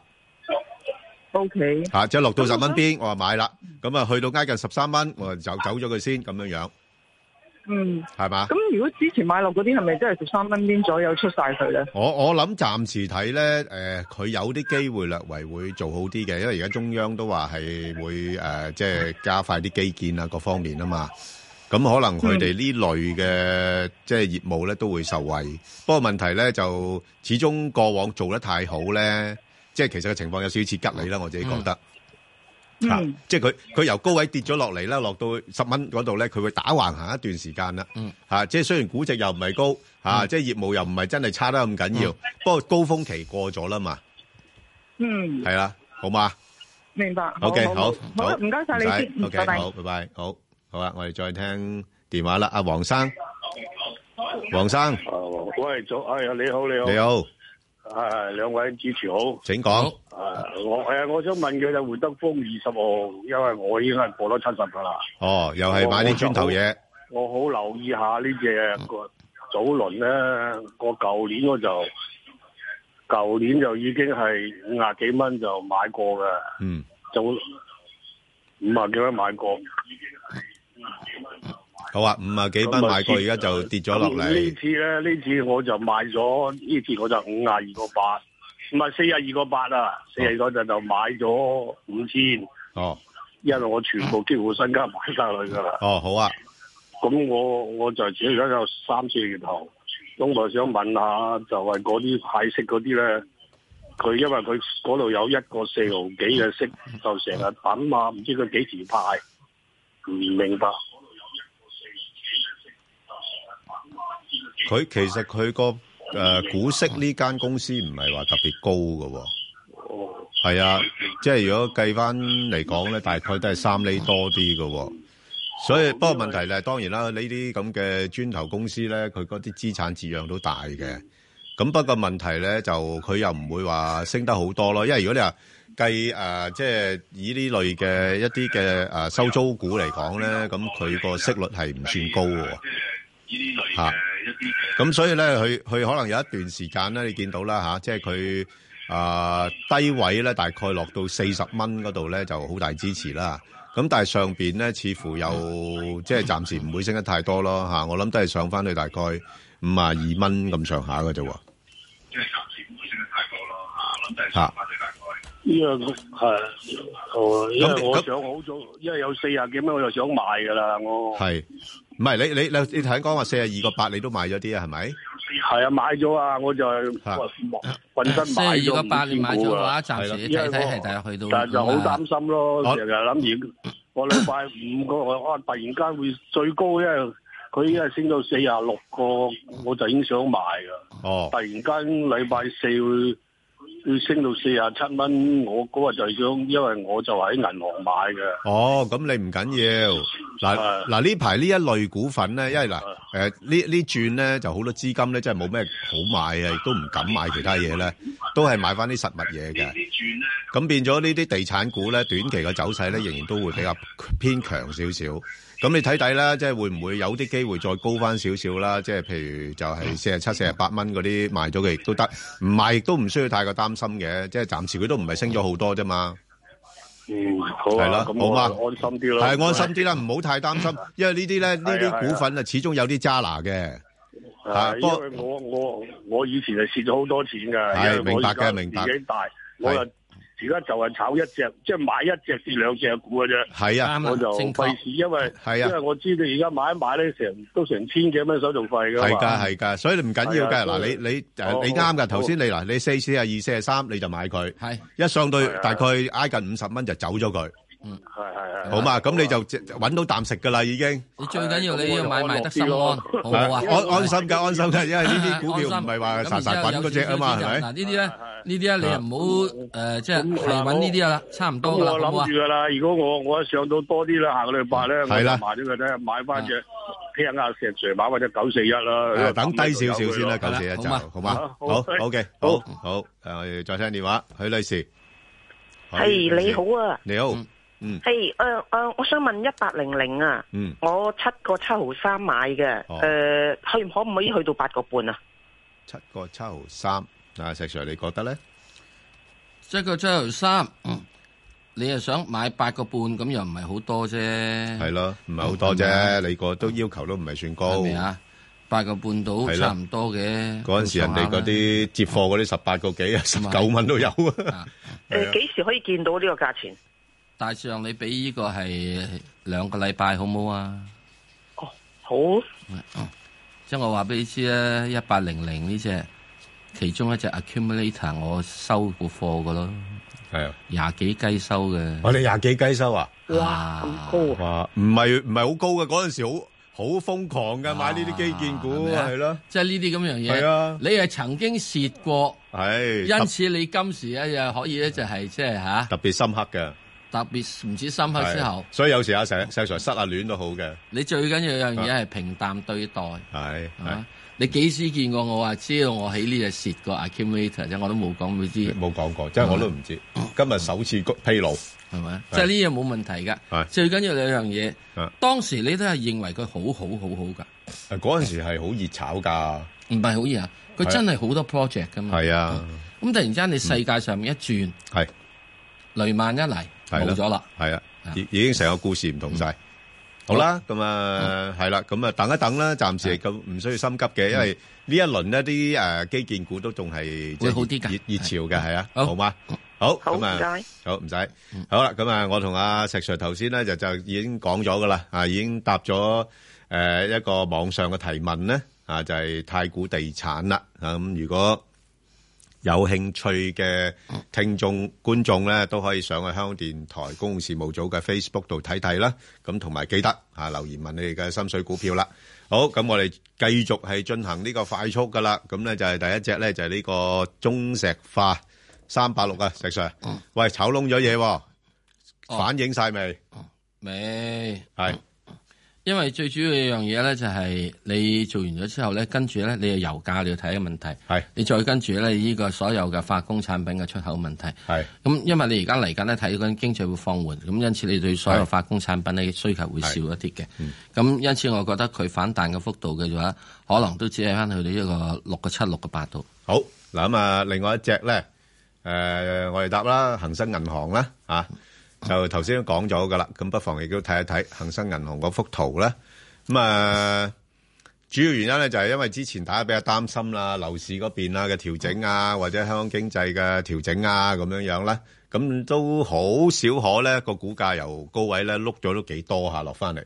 T: O K，
B: 吓，啊即係落到十蚊邊，我話買啦。咁啊，去到挨近十三蚊，我就走走咗佢先，咁樣樣
T: 嗯，
B: 係嘛
T: 咁？如果之前買落嗰啲係咪真係十三蚊邊左右出晒佢咧？
B: 我我諗暫時睇咧，誒、佢有啲機會略為會做好啲嘅，因為而家中央都話係會誒、呃即係加快啲基建啊，各方面啊嘛。咁可能佢哋呢類嘅即係業務咧都會受惠。不過問題咧就始終過往做得太好咧，即係其實個情況有少少似吉利啦，我自己覺得。啊
T: 嗯，
B: 即係佢佢由高位跌咗落嚟啦，落到十蚊嗰度咧，佢會打橫行一段時間啦。
A: 嗯，
B: 嚇，即係雖然估值又唔係高，嚇，即係業務又唔係真係差得咁緊要，不過高峰期過咗啦嘛，
T: 嗯，
B: 係啦，好嘛
T: 明白。
B: ？OK，好，
T: 好啦，唔該晒你先嗯，
B: OK，
T: 拜拜。
B: 好，拜拜，好，好啊，我哋再聽電話啦，阿黃生，黃生，
V: 喂，早，哎呀，你好，你好，
B: 你，好，
V: 啊，兩位主持好，
B: 請講。
V: 啊，我係啊，我想問佢就會德豐二十號，因為我已經係過咗七十噶啦，
B: 哦，又係買啲磚頭嘢，
V: 我好留意下呢只個早輪咧，我舊年我就舊年就已經係五廿幾蚊就買過嘅，
B: 嗯，
V: 早五廿幾蚊買過，
B: 好啊，五啊幾蚊買過，而家就跌咗落
V: 咁呢
B: 嚟，
V: 次咧，呢次我就賣咗，呢次我就五廿二個八，唔係四廿二個八啊，四廿二個就就買咗五千，
B: 哦，
V: 因為我全部幾乎身家買晒佢噶啦。
B: 哦，好啊，
V: 咁我我就自己而家有三四月頭，咁我想問下，就係嗰啲派息嗰啲咧，佢因為佢嗰度有一個四毫幾嘅息，
B: 嗯
V: 就成日等啊，唔知佢幾時派，唔明白。
B: 佢其實佢個誒股息呢間公司唔係話特別高嘅喎。係啊，即係如果計翻嚟講咧，大概都係三厘多啲嘅喎。所以不過問題咧，當然啦，呢啲咁嘅磚頭公司咧，佢嗰啲資產字樣都大嘅。咁不過問題咧，就佢又唔會話升得好多咯。因為如果你話計誒，呃即係以呢類嘅一啲嘅誒收租股嚟講咧，咁佢個息率係唔算高嘅喎。嚇咁所以咧，佢佢可能有一段時間咧，你見到啦吓、即係佢啊低位咧，大概落到四十蚊嗰度咧，就好大支持啦。咁但係上邊咧，似乎又即係暫時唔會升得太多咯吓、我諗都係上翻去大概五啊二蚊咁上下嘅啫喎。
V: 即係暫時唔會升得太多咯，啊嚇，諗第
B: 嚇
V: 呢個係，哦因為我想好早，因為有四廿幾蚊，我就想買噶啦，我
B: 係唔係你你你你頭先講話四廿二個八，你都買咗啲啊？係咪？
V: 係啊買咗啊，我就係混身買
A: 即係
V: 咗
A: 如果八
V: 五
A: 年買
V: 千
A: 咗
V: 股
A: 嘅話，
V: 啊，
A: 暫時
V: 因為
A: 睇
V: 我
A: 睇係大概去到。
V: 但係就好擔心咯，成日諗住我禮拜五個我啊突然間會最高，因為佢一係升到四廿六個，我就已經想買噶。
B: 哦，
V: 突然間禮拜四會會升到四廿七蚊，我嗰日就想，因為我就喺銀行買嘅。
B: 哦，咁你唔緊要。嗱嗱呢排呢一類股份咧，因為嗱誒呢呢轉咧就好多資金咧，真係冇咩好買啊，亦都唔敢買其他嘢咧，都係買翻啲實物嘢嘅。咁變咗呢啲地產股咧，短期嘅走勢咧，仍然都會比較偏強少少。咁你睇睇啦，即係會唔會有啲機會再高翻少少啦？即係譬如就係四十七、四十八蚊嗰啲賣咗佢亦都得，唔賣亦都唔需要太過擔心嘅。即係暫時佢都唔係升咗好多啫嘛。
V: 嗯，好
B: 係啦
V: 啊，咁
B: 好
V: 我
B: 嘛
V: 安心啲咯。
B: 係安心啲啦，唔好太擔 心，因為呢啲咧呢
V: 係啊
B: 啲股份啊，始終有啲渣拿嘅。啊
V: 係，
B: 不過
V: 因為我我我以前係蝕咗好多錢㗎，
B: 係
V: 因為
B: 明
V: 我
B: 白
V: 而家
B: 嘅明白
V: 自己大，我又而家就係炒一隻，即係買一隻至兩隻股嘅啫。
B: 係啊啱啊
V: 我就
B: 正確
V: 費事，因為
B: 係
V: 因
B: 啊
V: 為我知道而家買一買咧，成都成千幾蚊手續費㗎嘛。
B: 係㗎，係㗎，所以你唔緊
V: 係啊
B: 要㗎。嗱，
V: 所以
B: 你你
V: 好
B: 誒你啱
V: 好
B: 㗎。頭先你嗱，你四四啊二四啊三，你就買佢。係一上到大概挨近五十蚊就走咗佢。
V: 嗯，係係係。
B: 好嘛，咁你就即揾到啖食㗎啦，已經。
A: 你最緊
V: 係
A: 要你
V: 咁
A: 要
V: 我
A: 買
V: 就
A: 埋
V: 安
A: 得
V: 樂
A: 心
V: 啲
A: 安，
V: 咯
A: 好唔好
B: 安
A: 啊？
B: 安 心㗎，安心㗎，因為呢啲 股票唔係話
A: 咁
B: 殺殺滾嗰只啊嘛，係
A: 然
B: 咪
A: 之後？有少少資產嗱呢啲咧，呢啲咧你又唔好呃誒，即係係揾呢啲啦，差唔
V: 咁
A: 多㗎啦，
V: 我
A: 好唔好
V: 諗
A: 啊
V: 住？㗎啦，如果我我一上到多啲啦，下個禮拜咧，我就
B: 嗯係啦啊
V: 買咗佢咧，買翻只聽下石 Sir 買或者九四一啦。因為
B: 誒啊等低少少先啦，
V: 咁
B: 九
V: 樣
B: 四
V: 就
B: 一
V: 有
B: 就
V: 佢咯
B: 好嘛？
V: 啊好
B: 好
V: 好
B: ，OK，好好誒，再聽電話，許女士。
C: 系你好啊，
B: 你好，嗯
C: 系诶诶，我想问一八零零啊，
B: 嗯，
C: 我七个七毫三买嘅，诶、
B: 哦
C: 去可唔可以去到八个半啊？
B: 七個七毫三，啊石 Sir 你覺得咧？
A: 即個七毫三，嗯你又想買八個半，咁又唔係好多啫。嗯係
B: 係咯，唔係好多啫，你個都要求都唔係算高。
A: 係咪啊？八個半到
B: 係啦
A: 差唔多嘅。
B: 嗰陣時人哋嗰啲接貨嗰啲十八個幾啊，十
A: 咪
B: 九蚊都有啊。
C: 诶、呃几时可以见到呢个价钱？
A: 大致上你俾呢個係兩個禮拜好唔好啊？嗯
C: 好，
A: 即係我話俾你知咧，一八零零呢只其中一隻 accumulator 我收過貨嘅咯，
B: 係啊，
A: 廿幾雞收嘅。
B: 我哋廿幾雞收啊？
A: 哇，咁
B: 高啊！唔係唔係好高嘅，嗰陣時好好瘋狂嘅買呢啲基建股
A: 啊係咪啊
B: 係咯。
A: 即係呢啲咁樣嘢。
B: 係啊
A: 你係曾經蝕過，
B: 係，
A: 因此你今時咧又可以咧就係即係吓
B: 特特別深刻嘅。
A: 特別唔止深刻之後
B: 係，所以有時阿石石 Sir 失下戀都好嘅。
A: 你最緊要有樣嘢係平淡對待。
B: 係
A: 係。你幾時見過我話知道我喺呢隻蝕過 accumulator 啫？我都冇講俾你知。
B: 冇講過，即係我都唔知。今日首次披露
A: 係咪？即係呢樣冇問題㗎。最緊要兩樣嘢，當時你都係認為佢好好好好㗎。
B: 嗰陣時係好熱炒㗎，
A: 唔係好熱啊！佢真係好多 project 㗎嘛。
B: 係啊，
A: 咁突然之間你世界上面一轉，
B: 係
A: 雷曼一嚟
B: 係
A: 冇咗啦。，
B: 係啊，已已經成個故事唔同晒。好啦，咁啊係啦，咁啊等一等啦，暫時咁唔需要心急嘅，因為呢一輪呢啲誒基建股都仲係會好啲㗎，熱熱潮嘅係啊，好嘛？好咁
C: 唔
B: 啊
C: 該，
B: 好唔使，好啦，咁啊，我同阿石 Sir 頭先咧就就已經講咗噶啦，啊已經答咗誒一個網上嘅提問咧，啊就係太古地產啦，啊咁如果。有興趣嘅聽眾觀眾咧，都可以上去香港電台公共事務組嘅 Facebook 度睇睇啦。咁同埋記得啊留言問你哋嘅心水股票啦。好，咁我哋繼續係進行呢個快速噶啦。咁咧就係第一隻咧就係呢個中石化三八六啊，石 Sir。喂，炒窿咗嘢喎，反映晒未？
A: 未
B: 係。
A: 因為最主要一樣嘢咧，就係你做完咗之後咧，跟住咧你嘅油價你要睇嘅問題，
B: 係
A: 你再跟住咧呢個所有嘅化工產品嘅出口問題，
B: 係
A: 咁因為你而家嚟緊咧睇緊經濟會放緩，咁因此你對所有化工產品嘅需求會少一啲嘅，咁因此我覺得佢反彈嘅幅度嘅話，可能都只係翻去到一個六個七、六個八度。
B: 好嗱咁啊，另外一隻咧，誒、我哋答啦，恒生銀行啦，啊，就頭先都講咗噶啦，咁不妨亦都睇一睇恒生銀行嗰幅圖啦。咁啊，主要原因咧就係因為之前大家比較擔心啦，樓市嗰邊啦嘅調整啊，或者香港經濟嘅調整啊咁樣樣啦，咁都好少可咧個股價由高位咧碌咗都幾多下落翻嚟。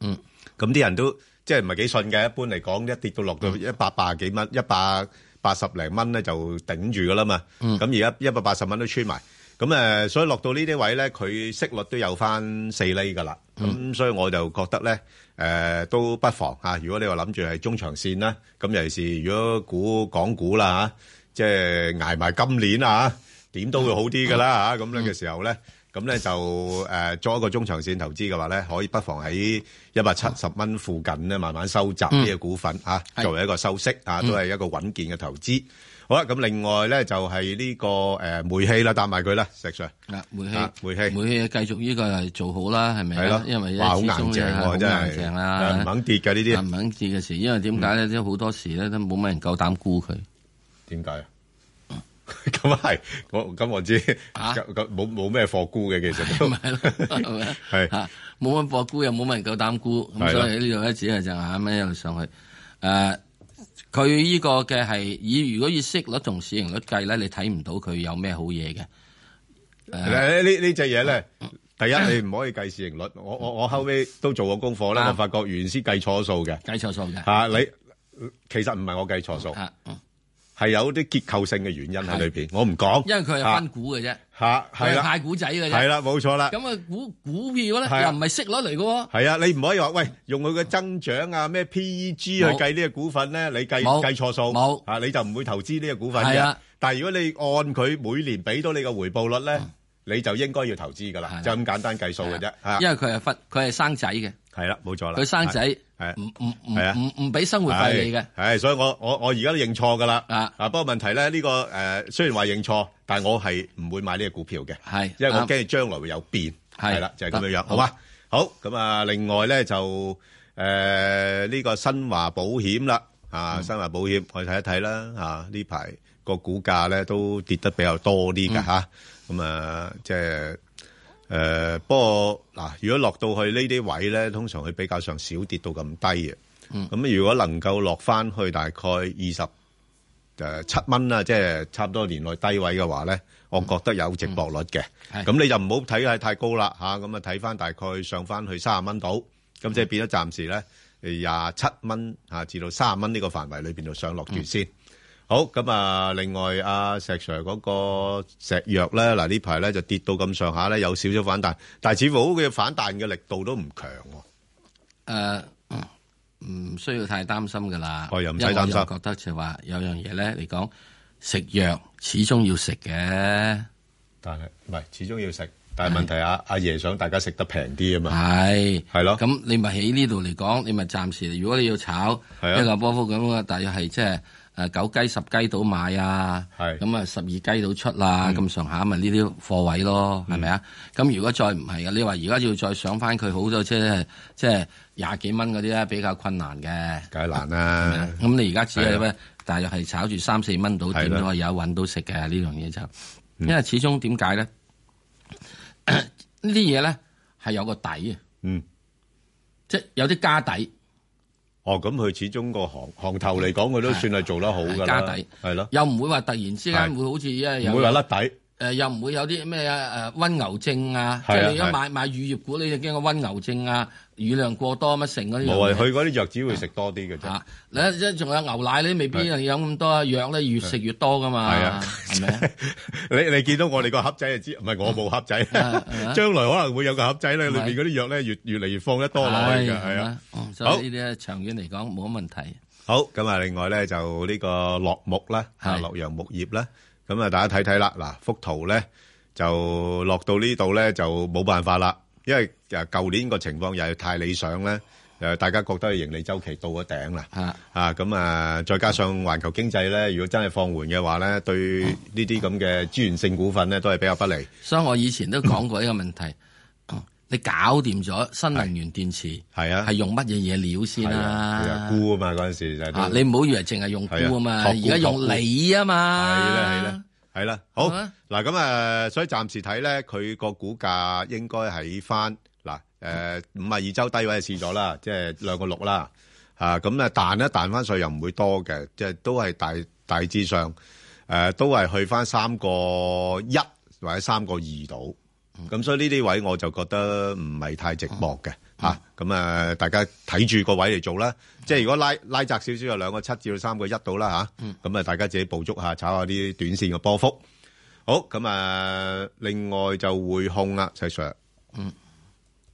A: 嗯，
B: 咁啲人都即係唔係幾信嘅。一般嚟講，一跌到落到一百八十幾蚊、一百八十零蚊咧，就頂住噶啦嘛。
A: 嗯
B: 咁而家一百八十蚊都穿埋。咁誒，所以落到呢啲位咧，佢息率都有翻四厘噶啦。咁、所以我就覺得咧，誒、都不妨嚇、如果你話諗住係中長線啦，咁尤其是如果股港股啦嚇、即係捱埋今年啊嚇，點都會好啲噶啦嚇。咁樣嘅時候咧，咁咧就誒、做一個中長線投資嘅話咧，可以不妨喺一百七十蚊附近咧慢慢收集呢個股份嚇、
A: 係
B: 作為一個收息嚇、都係一個穩健嘅投資。好啦，咁另外咧就係呢、個誒、煤氣啦，搭埋佢啦，石 Sir。
A: 啊，煤氣
B: 啊，煤氣，
A: 煤氣繼續呢個係做好啦，係咪啊？
B: 係咯
A: 因為
B: 哇好硬
A: 始終
B: 淨喎
A: 係好
B: 真係
A: 硬淨啦，
B: 唔肯跌㗎呢啲
A: 唔肯跌嘅時，因為點解咧？即係好多時咧都冇乜人夠膽估佢。
B: 點解啊？ 咁係，我咁我知，咁咁冇冇咩貨沽嘅其 實都
A: 係咪啊
B: 係
A: 啊 冇乜博估，又冇乜人夠膽估，咁
B: 係啦
A: 所以呢度咧只係就啱啱一路上去。誒、佢呢個嘅係以如果以息率同市盈率計咧，你睇唔到佢有咩好 嘢嘅。
B: 呢呢呢隻嘢咧，第一你唔可以計市盈率，我我我後尾都做過功課啦，我發覺原先計錯數嘅，
A: 計錯數嘅
B: 嚇你其實唔係我計錯數，係有啲結構性嘅原因喺裏邊，我唔講，
A: 因為佢係
B: 嚇
A: 分股嘅啫，
B: 嚇
A: 佢
B: 係
A: 係
B: 啦
A: 派股仔嘅啫。
B: 係啦冇錯啦
A: 咁啊，股股票咧
B: 係啊
A: 又唔係息率嚟嘅喎。
B: 係啊，你唔可以話喂，用佢嘅增長啊，咩 PEG E 去
A: 冇
B: 計呢個股份咧，你計
A: 冇
B: 計錯數，
A: 冇
B: 啊，你就唔會投資呢個股份
A: 係
B: 嘅
A: 啊。
B: 但係如果你按佢每年俾到你嘅回報率咧，你就應該要投資噶啦，就咁簡單計數嘅啫。嚇
A: 因為佢係分，佢係生仔嘅，
B: 係啦，冇錯啦，
A: 佢生仔
B: 係
A: 唔唔唔
B: 係啊
A: 唔唔俾生活費你嘅。
B: 係，係所以我我我而家都認錯㗎啦。啊，不過問題咧，呢個誒雖然話認錯，但係我係唔會買呢個股票嘅，
A: 係，
B: 因為我
A: 啱
B: 驚將來會有變，
A: 係
B: 係啦，就係咁樣樣，
A: 得
B: 好嘛？好，咁啊，另外咧就誒呢個新華保險啦，啊，新華保險我哋睇一睇啦，啊呢排個股價咧都跌得比較多啲㗎嚇，咁啊即係。誒、呃不過嗱，如果落到去呢啲位咧，通常佢比較上少跌到咁低嘅。
A: 嗯
B: 咁、如果能夠落翻去大概二十誒呃七蚊啊啦，即係差唔多年內低位嘅話咧，我覺得有值博率嘅。
A: 嗯係
B: 咁、你就唔好睇係太高啦嚇，咁啊睇翻大概上翻去三十蚊度，咁
A: 嗯
B: 即係變咗暫時咧廿七蚊嚇至到三十蚊呢個範圍裏邊度上落住先。
A: 嗯
B: 好咁啊！另外阿石 Sir 嗰個石藥咧，嗱呢排咧就跌到咁上下咧，有少少反彈，但係似乎佢嘅反彈嘅力度都唔強喎。
A: 誒唔需要太擔心噶啦，
B: 哦又唔使
A: 因為我
B: 擔心
A: 又覺得就話有樣嘢咧嚟講，食藥始終要食嘅。
B: 但係唔係始終要食，但 係問題啊，阿爺想大家食得平啲啊嘛。
A: 係
B: 係咯，
A: 咁你咪喺呢度嚟講，你咪暫時如果你要炒
B: 係啊
A: 一個波幅咁啊，大約係即係誒九雞十雞到買啊，咁啊十二雞到出
B: 嗯
A: 啦，咁上下咪呢啲貨位咯，係咪啊？咁如果再唔係嘅，你話而家要再上翻佢好多，即係即係廿幾蚊嗰啲咧，比較困難嘅。
B: 梗係難啦。
A: 咁你而家只係
B: 係啊
A: 咩？大約係炒住三四蚊到，
B: 係
A: 點
B: 啦嗯
A: 都係有揾到食嘅呢樣嘢就，因為始終點解咧？ 呢啲嘢咧係有個底啊。
B: 嗯，
A: 即係有啲家底，
B: 哦，咁佢始終個行行頭嚟講，佢都算係做得好㗎啦。
A: 係家底
B: 係咯，
A: 又唔會話突然之間會好似啊，
B: 唔會話甩底。
A: 誒又唔會有啲咩啊誒温牛症啊，即
B: 係啊
A: 係你一
B: 係
A: 買買乳業股，你就驚個温牛症啊，乳量過多乜成嗰啲嘢。
B: 無謂啊佢嗰啲藥只會食多啲嘅啫。
A: 你一一仲有牛奶你未必
B: 係
A: 有咁多啊，藥咧越食越多噶嘛。
B: 係啊
A: 係咪啊？
B: 你你見到我哋個盒仔就知，唔係我冇盒仔，將來可能會有個盒仔咧，裏邊嗰啲藥咧越越嚟越放得多落去㗎，
A: 係
B: 係啊。
A: 嗯所
B: 好
A: 以呢啲咧長遠嚟講冇乜問題。
B: 好，咁啊，另外咧就呢個落木啦，啊洛陽木業啦，咁啊大家睇睇啦，嗱幅圖咧就落到呢度咧就冇辦法啦，因為誒舊年個情況又係太理想咧，誒大家覺得盈利周期到咗頂啦，啊咁啊再加上環球經濟咧，如果真係放緩嘅話咧，對呢啲咁嘅資源性股份咧都係比較不利，
A: 所以我以前都講過呢個問題，你搞掂咗新能源電池
B: 係啊，
A: 係用乜嘢嘢料先
B: 係
A: 啦？
B: 啊沽啊嘛嗰陣時就係都
A: 啊！你唔好以為淨係用
B: 係啊
A: 沽啊嘛，
B: 托
A: 而
B: 沽
A: 家用
B: 托沽
A: 你啊嘛，
B: 係啦，係啦，好嗱，咁啊，所以暫時睇咧，佢個股價應該喺翻嗱誒五十二周低位試咗啦，即係兩個六啦，啊咁啊彈一彈翻上又唔會多嘅，即係都係大大致上誒都係去翻三個一或者三個二度，咁所以呢啲位我就覺得唔係太直播嘅嚇，咁啊大家睇住個位嚟做啦，即係如果拉拉窄少少就兩個七至到三個一度啦嚇，咁啊大家自己捕捉下，炒下啲短線嘅波幅。好，咁啊，另外就匯控啦，石 Sir。
A: 嗯。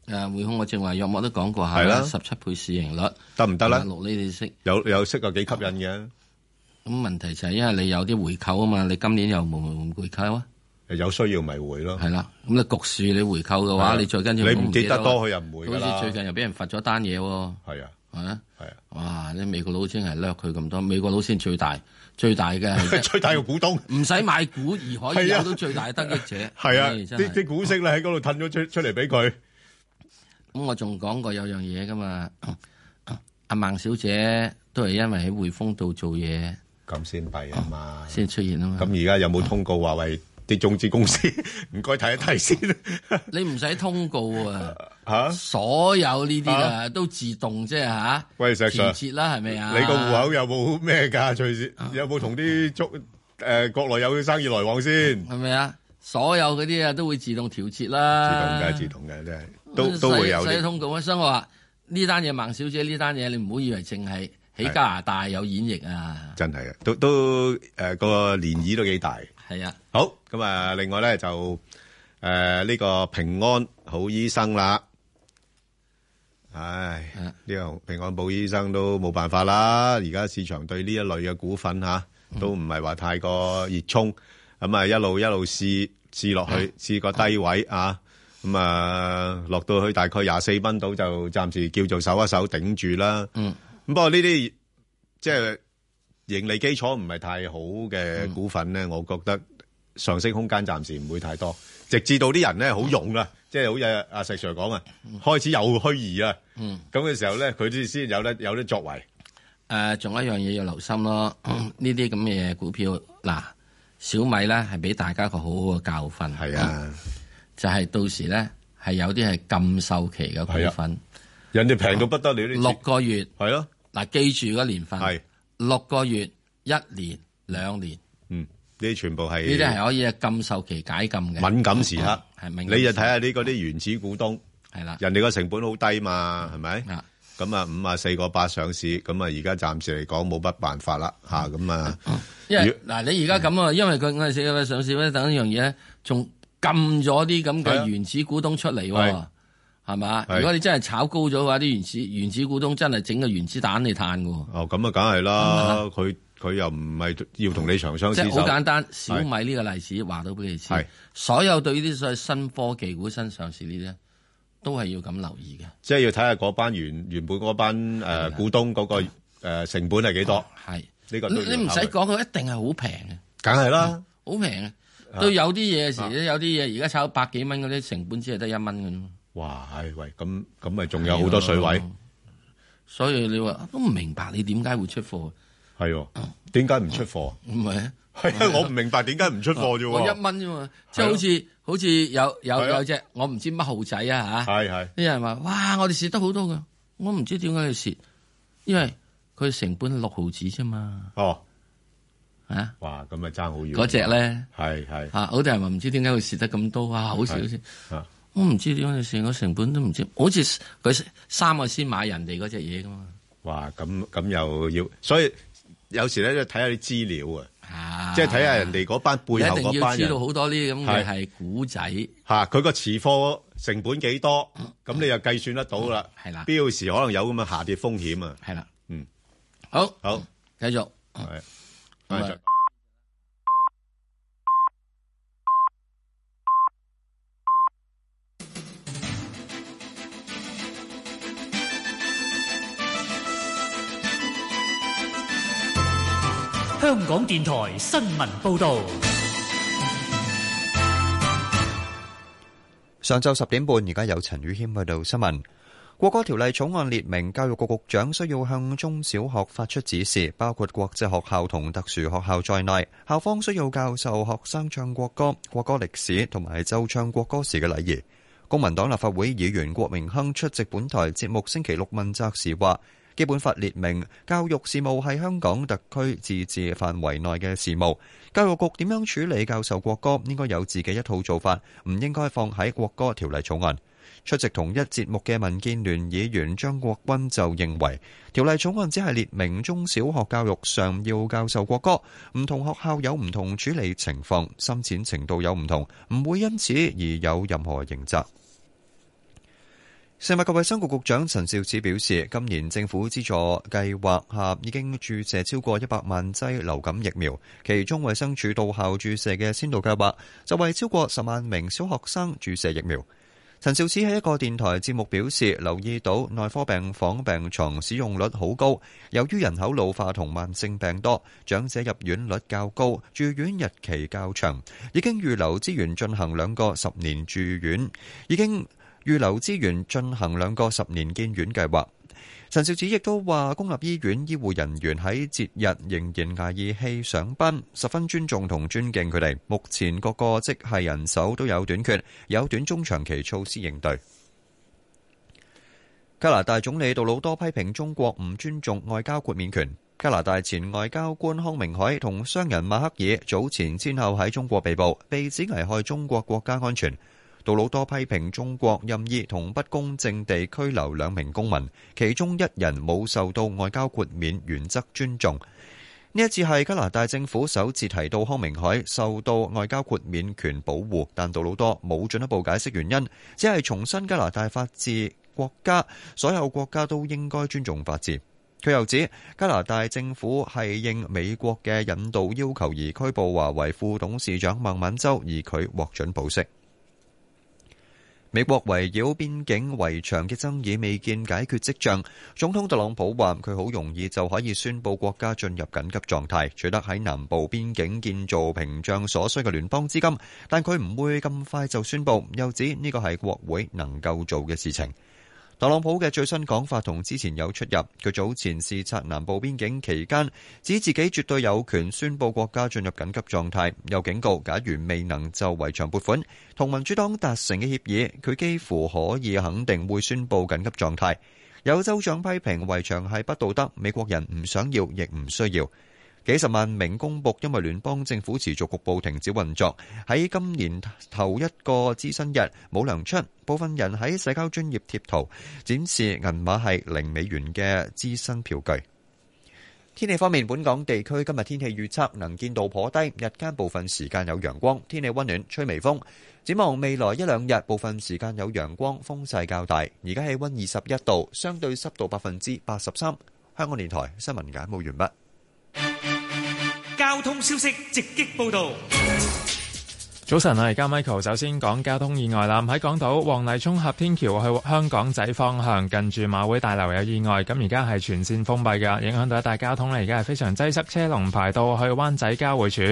A: 誒匯控我正話，若我都講過下
B: 係啦
A: 啦，十七倍市盈率
B: 得唔得咧
A: 啊六厘利息，
B: 有有息又幾吸引嘅。
A: 咁問題就係因為你有啲回購啊嘛，你今年又冇冇回購啊？
B: 有需要咪回咯。
A: 係啦，咁你局市你回購嘅
B: 係啊
A: 話，你再跟住
B: 你
A: 我
B: 唔記得
A: 喎
B: 多佢又唔會㗎啦
A: 好似最近又俾人罰咗單嘢喎。
B: 係啊，
A: 係啊，係啊，哇！啲美國佬先係掠佢咁多，美國佬先最大，最大嘅
B: 最大嘅股東，
A: 唔使買股而可以
B: 係啊
A: 有到最大得益者。
B: 係啊，
A: 唉真
B: 啲啲股息咧喺嗰度褪咗出出嚟俾佢。
A: 咁我仲講過有樣嘢噶嘛， 阿孟小姐都係因為喺匯豐度做嘢，
B: 咁先弊啊嘛，
A: 先出現啊嘛。
B: 咁而家有冇通告話喂啲中資公司 唔該睇一睇 先？
A: 你唔使通告啊，
B: 嚇，
A: 所有呢啲
B: 啊
A: 啊都自動啫嚇，
B: 喂石 Sir，
A: 調節啦係咪啊？
B: 你個戶口有冇咩㗎？隨時有冇同啲中誒國內有生意來往先？
A: 係咪啊？所有嗰啲啊都會自動調節啦，
B: 自動嘅，自動嘅，真係都都會有
A: 使使
B: 啲。
A: 通告啊！所以我話呢單嘢孟小姐呢單嘢，你唔好以為淨係喺加拿大有演繹啊，
B: 真係啊，都都誒個涟漪都幾大。
A: 係啊，
B: 好，咁啊，另外咧就誒呢個平安好醫生啦，唉，
A: 啊
B: 呢個平安保醫生都冇辦法啦。而家市場對呢一類嘅股份嚇
A: 嗯
B: 都唔係話太過熱衷，咁啊一路一路試試落
A: 啊
B: 去，試個低位啊。咁啊，落到去大概廿四蚊度就暫時叫做守一守頂住啦。
A: 嗯，
B: 咁不過呢啲即係盈利基礎唔係太好
A: 嗯
B: 嘅股份咧，我覺得上升空間暫時唔會太多，直至到啲人咧好用
A: 嗯
B: 啦，即係好似阿石 Sir 講啊，開始有虛擬啊，
A: 嗯。
B: 咁嘅時候咧，佢啲先有得有啲作為。
A: 誒，呃仲、有一樣嘢要留心咯，
B: 嗯
A: 呢啲咁嘅股票，嗱，小米咧係俾大家一個好好嘅教訓，係
B: 啊，
A: 就係到時咧係有啲係禁售期嘅股
B: 啊
A: 份，
B: 人哋平到不得了，
A: 六個月，
B: 係咯，
A: 嗱，記住嗰年份，係六個月、一年、兩年，
B: 嗯，呢啲全部係
A: 呢啲係可以係禁售期解禁嘅，嗯
B: 敏感時刻，
A: 係敏感時刻
B: 你就睇下呢個啲原始股東，
A: 係啦，
B: 人哋個成本好低嘛，係咪？咁啊，五啊四個八上市，咁啊，而家暫時嚟講冇乜辦法啦，吓咁啊，
A: 因為嗱，你而家咁
B: 嗯
A: 啊，因為佢我哋四個上市咧，等一樣嘢咧，仲禁咗啲咁
B: 係啊
A: 嘅原始股東出嚟
B: 係
A: 喎，係嘛？
B: 係
A: 如果你真係炒高咗嘅話，啲原始原始股東真係整個原子彈嚟嘆嘅喎。
B: 哦，咁啊，梗係啦，佢佢又唔係要同你長相
A: 即
B: 廝
A: 係
B: 守，
A: 好簡單，小米呢個例子話到俾你知，所有對呢啲所謂新科技股、新上市呢啲咧，都係要咁留意嘅。
B: 即係要睇下嗰班原原本嗰班誒股東嗰個誒成本係幾多，
A: 係
B: 呢個都要
A: 你你唔
B: 考
A: 使
B: 慮，
A: 講，佢一定係好平嘅，
B: 梗係啦，
A: 好平嘅。
B: 啊
A: 都有啲嘢時咧，有啲嘢而家炒百幾蚊嗰啲成本只係得一蚊嘅啫嘛。
B: 哇，係喂，咁咁咪仲有好多水位，
A: 所以你話都唔明白你點解會出貨？
B: 係喎，點解唔出貨？
A: 唔係啊，
B: 係啊， 我唔明白點解唔出貨啫
A: 我
B: 喎，
A: 哦
B: 啊
A: 一蚊啫嘛，即係好似好似有有有隻我唔知乜號仔啊嚇，
B: 係係
A: 啲人話哇我哋蝕得好多㗎，我唔知點解佢蝕，因為佢成本六毫子啫嘛，
B: 哦
A: 啊，
B: 哇，咁咪爭好遠，
A: 嗰隻咧
B: 係係
A: 嚇，好多人話唔知點解佢蝕得咁多啊，好少
B: 係
A: 先。
B: 啊
A: 我唔知點解佢蝕，我成本都唔知，好似佢三個先買人哋嗰隻嘢㗎嘛。
B: 哇！咁咁又要，所以有時咧要睇下啲資料啊，即係睇下人哋嗰班背後
A: 你一定
B: 嗰
A: 要
B: 班
A: 知
B: 人
A: 道好多呢啲咁嘅
B: 係
A: 係古仔，
B: 嚇，佢個持貨成本幾多，咁你又計算得到啦。
A: 係啦
B: 必要時可能有咁嘅下跌風險啊。
A: 係啦，
B: 嗯，
A: 好，
B: 好，
A: 繼續，
B: 係，
A: 咁
B: 係
A: 啊
D: 香港電台新聞報導，
E: 上晝十點半，而家有陳宇軒報道新聞。國歌條例草案列明，教育局局長需要向中小學發出指示，包括國際學校同特殊學校在內，校方需要教授學生唱國歌、國歌歷史同埋奏唱國歌時嘅禮儀。公民黨立法會議員郭明鏗出席本台節目星期六問責時話：基本法列明教育事務係香港特區自治範圍內嘅事務，教育局點樣處理教授國歌，應該有自己一套做法，唔應該放喺國歌條例草案。出席同一節目嘅民建聯議員張國軍就認為，條例草案只係列明中小學教育上要教授國歌，唔同學校有唔同處理情況，深淺程度有唔同，唔會因此而有任何刑責。食物及衛生局局長陳肇始表示，今年政府資助計劃下已經注射超過一百萬劑流感疫苗，其中衛生署到校注射嘅先導計劃就為超過十萬名小學生注射疫苗。陳肇始喺一個電台節目表示，留意到內科病房病床使用率好高，由於人口老化同慢性病多，長者入院率較高，住院日期較長，已經預留資源進行兩個十年住院，已經。預留資源進行兩個十年建院計劃。陳肇始亦都話，公立醫院醫護人員喺節日仍然捱義氣上班，十分尊重同尊敬佢哋。目前各個職系人手都有短缺，有短中長期措施應對。加拿大總理杜魯多批評中國唔尊重外交豁免權。加拿大前外交官康明凱同商人馬克爾早前先後喺中國被捕，被指危害中國國家安全。杜魯多批評中國任意同不公正地拘留兩名公民，其中一人冇受到外交豁免原則尊重。呢一次係加拿大政府首次提到康明凱受到外交豁免權保護，但杜魯多冇進一步解釋原因，只係重申加拿大法治國家，所有國家都應該尊重法治。佢又指加拿大政府係應美國嘅引渡要求而拘捕華為副董事長孟晚舟，而佢獲准保釋。美國圍繞邊境圍牆嘅爭議未見解決跡象，總統特朗普話佢好容易就可以宣布國家進入緊急狀態，取得喺南部邊境建造屏障所需嘅聯邦資金，但佢唔會咁快就宣布，又指呢個係國會能夠做嘅事情。特朗普嘅最新講法同之前有出入。佢早前視察南部邊境期間，指自己絕對有權宣布國家進入緊急狀態，又警告假如未能就圍牆撥款同民主黨達成嘅協議，佢幾乎可以肯定會宣布緊急狀態。有州長批評圍牆係不道德，美國人唔想要亦唔需要。幾十萬名公僕因為聯邦政府持續局部停止運作，喺今年頭一個支薪日冇糧出，部分人喺社交專頁貼圖展示銀碼係零美元嘅支薪票據。天氣方面，本港地區今日天氣預測能見度頗低，日間部分時間有陽光，天氣温暖，吹微風。展望未來一兩日，部分時間有陽光，風勢較大。而家氣温二十一度，相對濕度百分之八十三。香港電台新聞簡報完畢。
D: 交通消息直擊報道。
F: 早晨啊，而家 Michael 首先講交通意外啦。喺港島黃泥涌峽天橋去香港仔方向，近住馬會大樓有意外，咁而家係全線封閉㗎，影響到一帶交通呢，而家係非常擠塞，車龍排到去灣仔交匯處。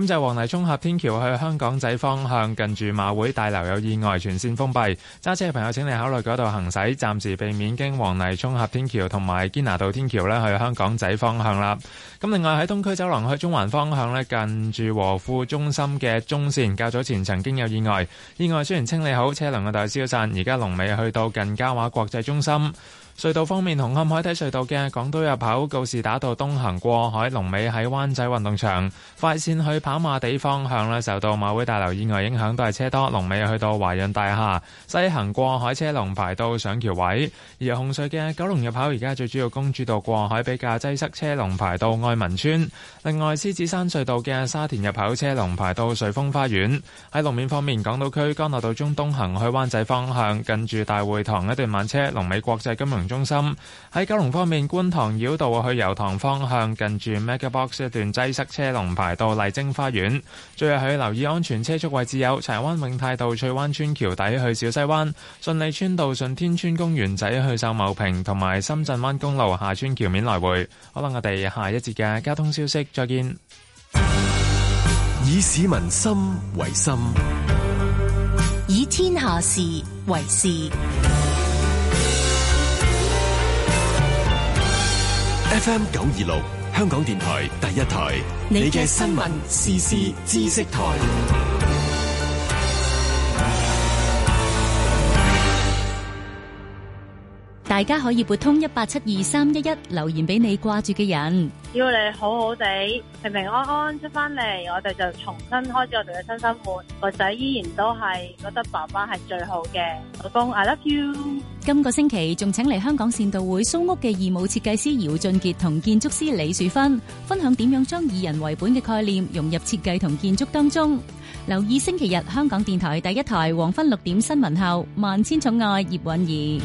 F: 咁就係黃泥涌峽天橋去香港仔方向，近住馬會大樓有意外，全線封閉。揸車嘅朋友請你考慮嗰度行駛，暫時避免經黃泥涌峽天橋同埋堅拿道天橋呢去香港仔方向啦。咁另外喺東區走廊去中環方向呢，近住和富中心嘅中線。較早前曾經有意外，意外雖然清理好，車輛嘅大消散，而家龍尾去到近嘉華國際中心。隧道方面，紅磡海底隧道嘅港島入口告士打道東行過海，龍尾喺灣仔運動場；快線去跑馬地方向咧，受到馬會大樓意外影響，都係車多，龍尾去到華潤大廈。西行過海車龍排到上橋位，而紅隧嘅九龍入口而家最主要公主道過海比較擠塞，車龍排到愛民村。另外，獅子山隧道嘅沙田入口車龍排到瑞峰花園。喺路面方面，港島區干諾道中東行去灣仔方向，近住大會堂一段慢車，龍尾國際金融中心。喺九龍方面，觀塘繞道去油塘方向，近住 MegaBox 一段擠塞車龍排到麗晶花園。最後係留意安全車速位置有柴灣永泰道翠灣村橋底去小西灣、順利村道順天村公園仔去秀茂坪，同埋深圳灣公路下村橋面來回。好啦，我哋下一節嘅交通消息再見。
G: 以市民心為心，
H: 以天下事為事。
G: FM 九二六，香港電台第一台，你嘅新聞時事知識台。
U: 大家可以撥通一八七二三一一留言俾你掛住嘅人。
J: 只要你好好地平平安安出翻嚟，我哋就重新開始我哋嘅新生活。個仔依然都係覺得爸爸係最好嘅，老公 I love you。
K: 今個星期仲請嚟香港善道會蘇屋嘅義務設計師姚俊傑同建築師李樹芬，分享點樣將以人為本嘅概念融入設計同建築當中。留意星期日香港電台第一台黃昏六點新聞後，萬千寵愛葉韻儀。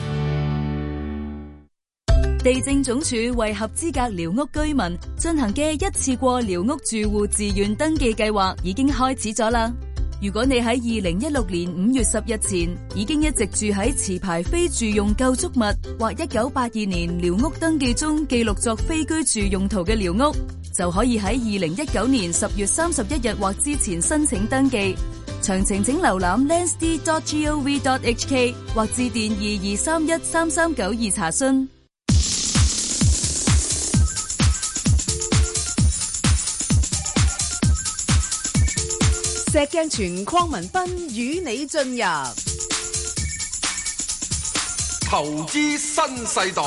U: 地政總署為合資格寮屋居民進行嘅一次過寮屋住戶自願登記計劃已經開始咗啦。如果你喺二零一六年五月十日前已經一直住喺持牌非住用構築物或一九八二年寮屋登記中記錄作非居住用途嘅寮屋，就可以喺二零一九年十月三十一日或之前申請登記。詳情請瀏覽 landsd.gov.hk 或致電二二三一三三九二查詢。
L: 石鏡泉鄺民彬與你進入
M: 投資新世代，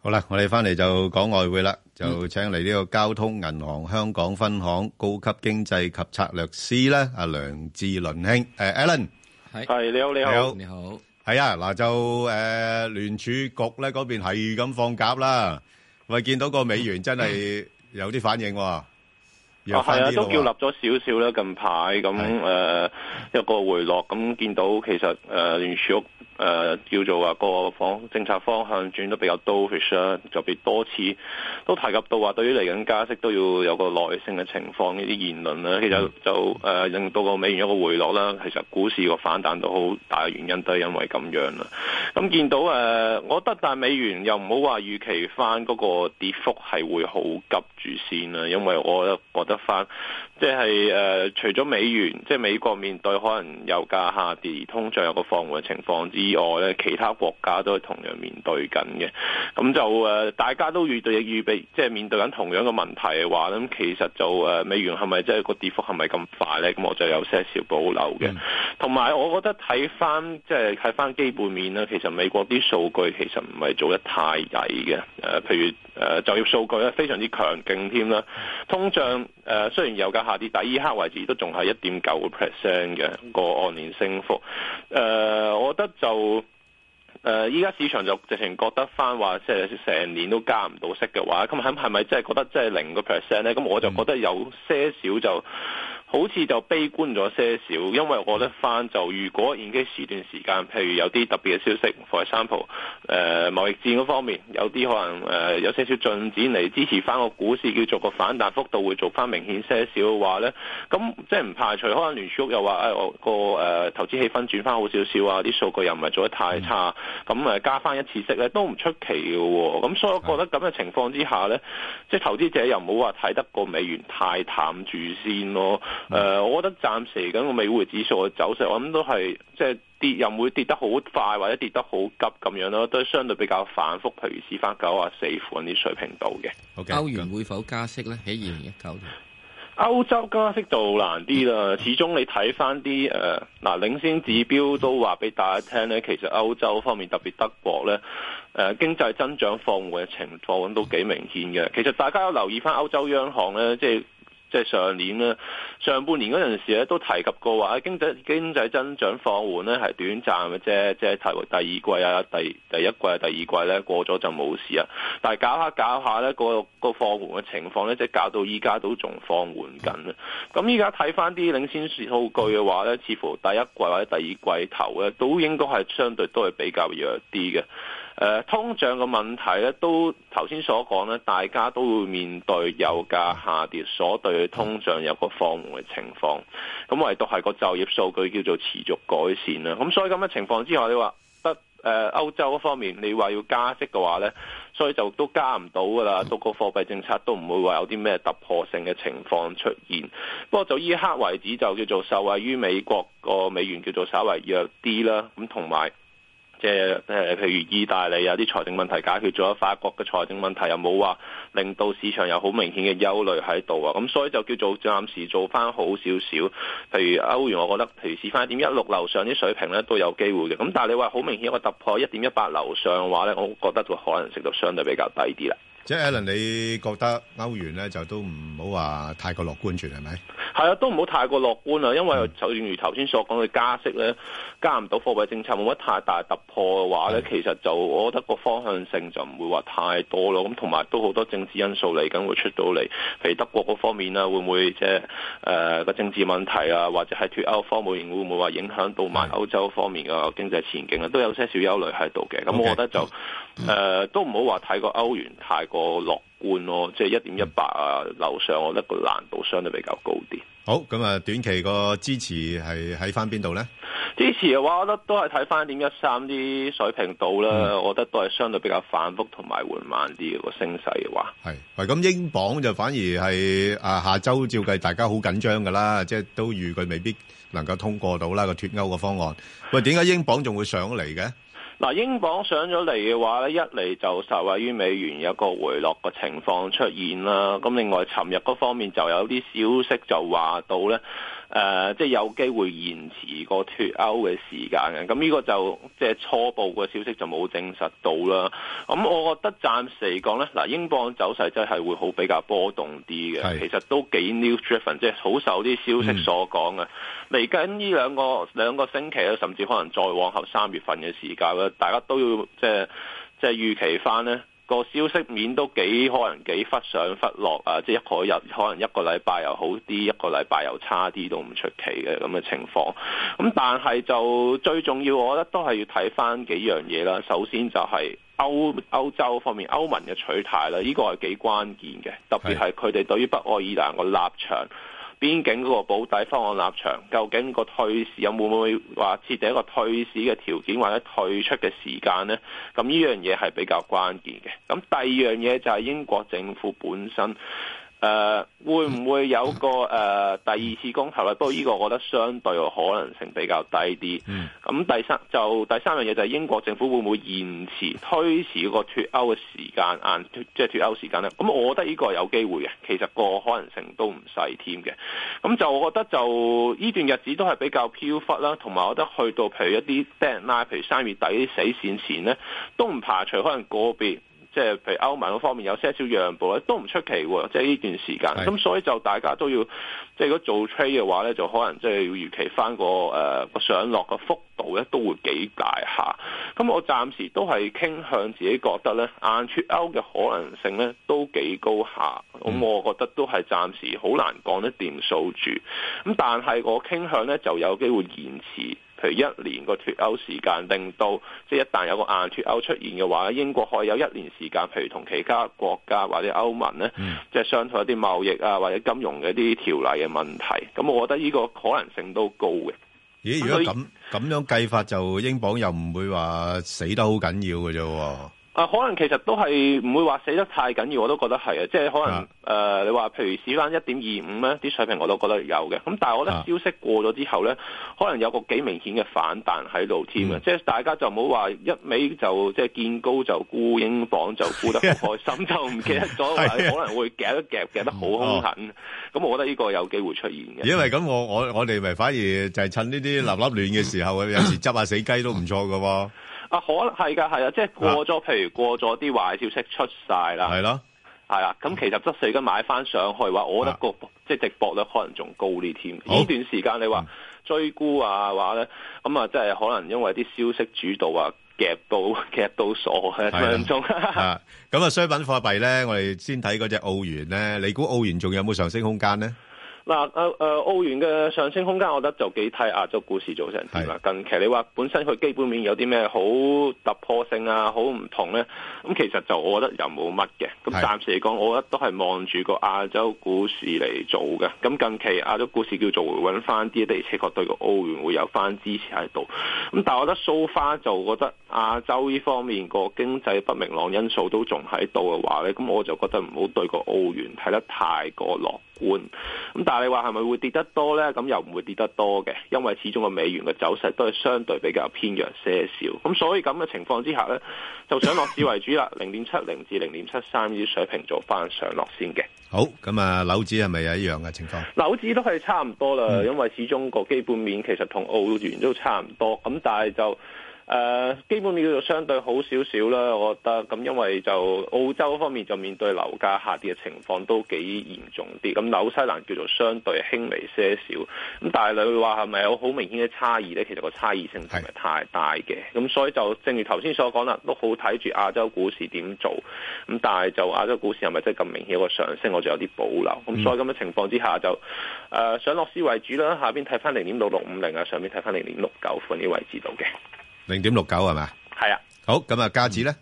B: 好啦，我哋翻嚟就講外匯啦，就請嚟呢個交通銀行香港分行高級經濟及策略師咧，阿梁志倫兄，誒 Alan，
A: 係
V: 你好你好
A: 你好，
B: 係啊，嗱就誒聯儲局咧嗰邊係咁放鴿啦，喂，見到個美元真係有啲反應喎，弱
W: 啊，
B: 翻
W: 係啊，
B: 啲
W: 都
B: 咯
W: 叫
B: 喎
W: 立咗少少啦。近排咁誒一個回落，咁見到其實誒聯儲局誒叫做話個方政策方向轉得比較 dovish 啦，特別多次都提及到話對於嚟緊加息都要有個耐性嘅情況呢啲言論啦。其實就誒、呃令到個美元有個回落啦。其實股市個反彈都好大嘅原因都係因為咁樣啦。咁見到誒、呃我覺得但係美元又唔好話預期翻嗰個跌幅係會好急住先啦，因為我覺得翻即係誒、呃除咗美元，即係美國面對可能油價下跌、通脹有個放緩嘅情況之外咧，其他國家都係同樣面對緊嘅。咁就誒、呃大家都預對預備，即係面對緊同樣嘅問題嘅話，咁其實就誒、呃美元係咪即係個跌幅係咪咁快咧？咁我就有些少保留嘅。同埋我覺得睇翻即係睇翻基本面啦，其實美國啲數據其實唔係做得太曳嘅，誒、譬如誒、呃就業數據咧非常之強勁添啦，通脹誒、呃、雖然油價下跌，但依刻為止都仲係一點九個 percent 嘅個按年升幅，誒、呃、我覺得就。誒依家市場就直情覺得翻話，即係成年都加唔到息嘅話，咁係係咪真係覺得即係零個 percent 咧？咁我就覺得有些少就好似就悲觀咗些少，因為我覺得翻就如果現機時段時間，譬如有啲特別嘅消息，for example，誒、貿易呃戰嗰方面有啲可能誒、呃有些少進展嚟支持翻個股市，叫做個反彈幅度會做翻明顯些少嘅話咧，咁即係唔排除可能聯儲局又話誒、哎我個誒、呃投資氣氛轉翻好少少啊，啲數據又唔係做得太差。咁誒加翻一次息咧都唔出奇嘅喎，咁所以我覺得咁嘅情況之下咧，即係投資者又唔好話睇得個美元太淡住先咯。誒、我覺得暫時嚟緊個美匯指數嘅走勢，我諗都係即係跌又唔會跌得好快或者跌得好急咁樣咯，都係相對比較反覆，譬如試翻九啊四款啲水平度嘅。
A: 歐元會否加息咧？喺二零一九年，
W: 歐洲加息就難啲啦，始終你睇翻啲誒呃嗱領先指標都話俾大家聽咧，其實歐洲方面特別德國咧誒、呃、經濟增長放緩嘅情況都幾明顯嘅。其實大家有留意翻歐洲央行咧，即係。即係上年咧，上半年嗰陣時咧都提及過話，啊經濟經濟增長放緩咧係短暫嘅啫，即係提第二季啊、第第一季啊、第二季咧過咗就冇事啊。但係搞下搞下咧，個個放緩嘅情況咧，即係搞到依家都仲放緩緊啊。咁依家睇翻啲領先數據嘅話咧，似乎第一季或者第二季頭咧，都應該係相對都係比較弱啲嘅。誒、呃通脹嘅問題咧，都頭先所講咧，大家都會面對油價下跌所對通脹有個放緩嘅情況，咁唯獨係個就業數據叫做持續改善啦。咁所以咁嘅情況之下，你話得誒歐洲方面，你話要加息嘅話咧，所以就都加唔到㗎啦，到個貨幣政策都唔會話有啲咩突破性嘅情況出現。不過就依一刻為止，就叫做受惠於美國個美元叫做稍為弱啲啦，咁同埋。誒、即係誒，譬如意大利啊啲財政問題解決咗，法國嘅財政問題又冇話令到市場有好明顯嘅憂慮喺度啊，咁所以就叫做暫時做翻好少少。譬如歐元，我覺得譬如試翻一點一六樓上啲水平咧都有機會嘅。咁但係你話好明顯一個突破一點一八樓上嘅話咧，我覺得個可能性就相對比較低啲啦。
B: 即係 Alan，你覺得歐元咧就都唔好話太過樂觀住係咪？
W: 係啊，都唔好太過樂觀啦，啊因為就正如頭先所講，佢加息咧加唔到貨幣政策冇乜太大突破嘅話咧，其實就我覺得個方向性就唔會話太多咯。咁同埋都好多政治因素嚟緊會出到嚟，譬如德國嗰方面啊啦，會唔會即係誒個政治問題啊，或者係脱歐方面會唔會話影響到埋歐洲方面嘅經濟前景啊，都有些少憂慮喺度嘅。咁
B: OK
W: 我覺得就誒、呃都唔好話太過歐元太過樂觀咯，即係一點一八啊樓上，我覺得個難度相對比較高啲。
B: 好，咁啊，短期個支持係喺翻邊度咧？
W: 支持嘅話，我覺得都係睇翻點一三啲水平度啦。我覺得都係相對比較反覆同埋緩慢啲嘅個升勢嘅話。
B: 係喂，咁英鎊就反而係啊，下周照計大家好緊張噶啦，即係都預佢未必能夠通過到啦個脱歐個方案。喂，點解英鎊仲會上嚟嘅？
W: 嗱，英鎊上咗嚟嘅話咧，一嚟就受惠於美元有一個回落嘅情況出現啦。咁另外，尋日嗰方面就有啲消息就話到咧，誒、即係有機會延遲個脱歐嘅時間嘅。咁呢個就即係初步嘅消息就冇證實到啦。咁我覺得暫時嚟講咧，嗱，英鎊走勢真係會好比較波動啲嘅。其實都幾 news driven，即係好受啲消息所講嘅。嚟緊呢兩個兩個星期咧，甚至可能再往後三月份嘅時間咧，大家都要即係即係預期翻咧。個消息面都幾可能幾忽上忽落啊！即係一個日可能一個禮拜又好啲，一個禮拜又差啲都唔出奇嘅咁嘅情況。咁但係就最重要，我覺得都係要睇翻幾樣嘢啦。首先就係歐歐洲方面歐盟嘅取態啦，呢個係幾關鍵嘅，特別係佢哋對於北愛爾蘭個立場。邊境嗰個保底方案立場，究竟個退市有冇會話設定一個退市嘅條件或者退出嘅時間呢？咁呢樣嘢係比較關鍵嘅。咁第二樣嘢就係英國政府本身。誒、會呃唔會有個誒、第二次公投咧？不過呢個我覺得相對可能性比較低啲。咁、第三就第三樣嘢就係英國政府會唔會延遲推遲個脱歐嘅時間，硬脱即係脱歐時間咧？咁我覺得呢個係有機會嘅，其實個可能性都唔細添嘅。咁就我覺得就呢段日子都係比較飄忽啦，同埋我覺得去到譬如一啲 deadline，譬如三月底啲死線前咧，都唔排除可能個別。即係譬如歐盟嗰方面有些少讓步咧，都唔出奇喎。即係呢段時間，咁所以就大家都要，即係如果做 trade 嘅話咧，就可能即係要預期翻個誒個上落嘅幅度咧，都會幾大下。咁我暫時都係傾向自己覺得咧，硬脱歐嘅可能性咧都幾高下。咁我覺得都係暫時好難講得掂數住。咁但係我傾向咧就有機會延遲。譬如一年個脱歐時間，令到即係一旦有個硬脱歐出現嘅話，英國可以有一年時間，譬如同其他國家或者歐盟咧，
B: 嗯
W: 即係商討一啲貿易啊或者金融嘅一啲條例嘅問題。咁我覺得呢個可能性都高嘅。
B: 咦，如果咁咁樣計法，就英鎊又唔會話死得好緊要嘅啫喎。
W: 啊，可能其實都係唔會話死得太緊要，我都覺得係啊，即係可能誒、呃你話譬如試翻一點二五咧，啲水平我都覺得有嘅。咁但係我
B: 啊
W: 覺得消息過咗之後咧，可能有個幾明顯嘅反彈喺度添
B: 嗯
W: 啊！即係大家就唔好話一味就即係見高就沽英鎊就沽得好開心，就唔記得咗話
B: 係啊
W: 可能會夾一夾夾得好兇狠。咁、我覺得呢個有機會出現嘅。
B: 因為咁，我我我哋咪反而就係趁呢啲立立亂嘅時候，有時執下死雞都唔錯嘅喎。
W: 啊，可能係㗎，係啊，即係過咗，譬如過咗啲壞消息出晒啦，
B: 係咯，
W: 係啦，咁其實執四根買翻上去嘅話，我覺得個即係直播率可能仲高啲添。呢段時間你話追沽啊話咧，咁啊，即係可能因為啲消息主導啊，夾到 夾到傻嘅
B: 係啦
W: 分鐘。
B: 啊，咁啊，商品貨幣咧，我哋先睇嗰只澳元咧，你估澳元仲有冇上升空間咧？
W: 嗱，誒誒，澳元嘅上升空間，我覺得就幾睇亞洲股市做成點啦。近期你話本身佢基本面有啲咩好突破性啊，好唔同咧，咁其實就我覺得又冇乜嘅。咁暫時嚟講，我覺得都係望住個亞洲股市嚟做嘅。咁近期亞洲股市叫做回穩翻啲，的而且確對個澳元會有翻支持喺度。咁但係我覺得 so far 就覺得亞洲呢方面個經濟不明朗因素都仲喺度嘅話咧，咁我就覺得唔好對個澳元睇得太過樂觀。咁但係你話係咪會跌得多呢？咁又唔會跌得多嘅，因為始終個美元嘅走勢都係相對比較偏弱些少。咁所以咁嘅情況之下呢，就想落市為主啦，零點七零至零點七三呢啲水平做翻上落先嘅。
B: 好，咁啊，樓指係咪有一樣嘅情況？
W: 樓指都係差唔多啦，
B: 嗯
W: 因為始終個基本面其實同澳元都差唔多，咁但係就。誒、基本面叫做相對好少少啦，我覺得咁，因為就呃澳洲方面就面對樓價下跌嘅情況都幾嚴重啲，咁紐西蘭叫做相對輕微些少，咁但係你話係咪有好明顯嘅差異呢？其實個差異性唔係太大嘅，咁所以就正如頭先所講啦，都好睇住亞洲股市點做，咁但係就亞洲股市係咪真係咁明顯有個上升，我就有啲保留，咁所以咁嘅情況之下就誒、呃上落市為主啦，下邊睇翻零點六六五零啊，上邊睇翻零點六九款呢位置度嘅。
B: 0.69係咪？
W: 係啊。
B: 好，咁啊，加紙呢？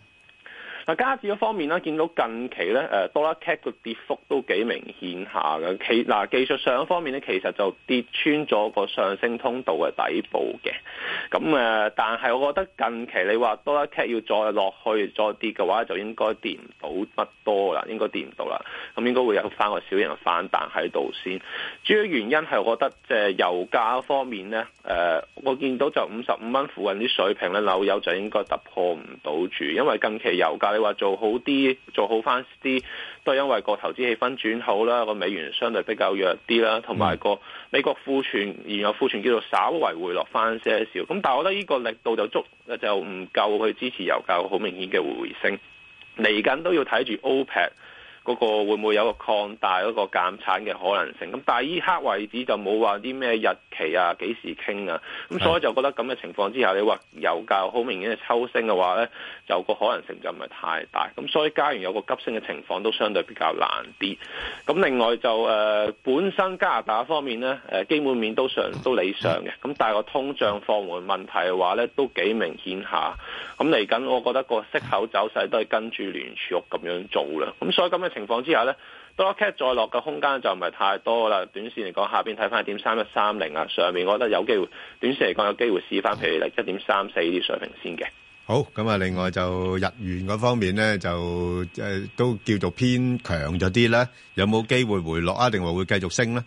W: 嗱，加指嗰方面咧，見到近期咧，誒多啦 cat 個跌幅都幾明顯下嘅。其嗱技術上方面咧，其實就跌穿咗個上升通道嘅底部嘅。咁誒、呃但係我覺得近期你話多啦 cat 要再落去再跌嘅話，就應該跌唔到乜多啦，應該跌唔到啦。咁應該會有翻個小型嘅反彈喺度先。主要原因係我覺得即係油價方面咧，誒、我見到就五十五蚊附近啲水平咧，紐油就應該突破唔到住，因為近期油價你話做好啲，做好翻啲，都係因為個投資氣氛轉好啦，個美元相對比較弱啲啦，同埋個美國庫存原油庫存叫做稍為回落翻些少，咁但係我覺得呢個力度就足就唔夠去支持油價好明顯嘅回升，嚟緊都要睇住 OPEC。嗰個會唔會有個擴大嗰個減產嘅可能性？咁但係依刻為止就冇話啲咩日期啊、幾時傾啊，咁所以就覺得咁嘅情況之下，你話油價好明顯嘅抽升嘅話呢，就個可能性就唔係太大。咁所以加元有個急升嘅情況都相對比較難啲。咁另外就誒、呃本身加拿大方面呢，誒、基本面都上都理想嘅，咁但係個通脹放緩問題嘅話呢，都幾明顯下。咁嚟緊，我覺得個息口走勢都係跟住聯儲局咁樣做啦。咁所以咁嘅情況之下呢 d o l cat 再落嘅空間就唔係太多啦。短線嚟講，下邊睇翻一點三一三零啊，上面我覺得有機會，短線嚟講有機會試翻譬如嚟一點三四啲水平先嘅。
B: 啊呃好，咁啊，另外就日元嗰方面呢，就，誒，都叫做偏強咗啲啦，有冇機會回落啊，定話會繼續升呢？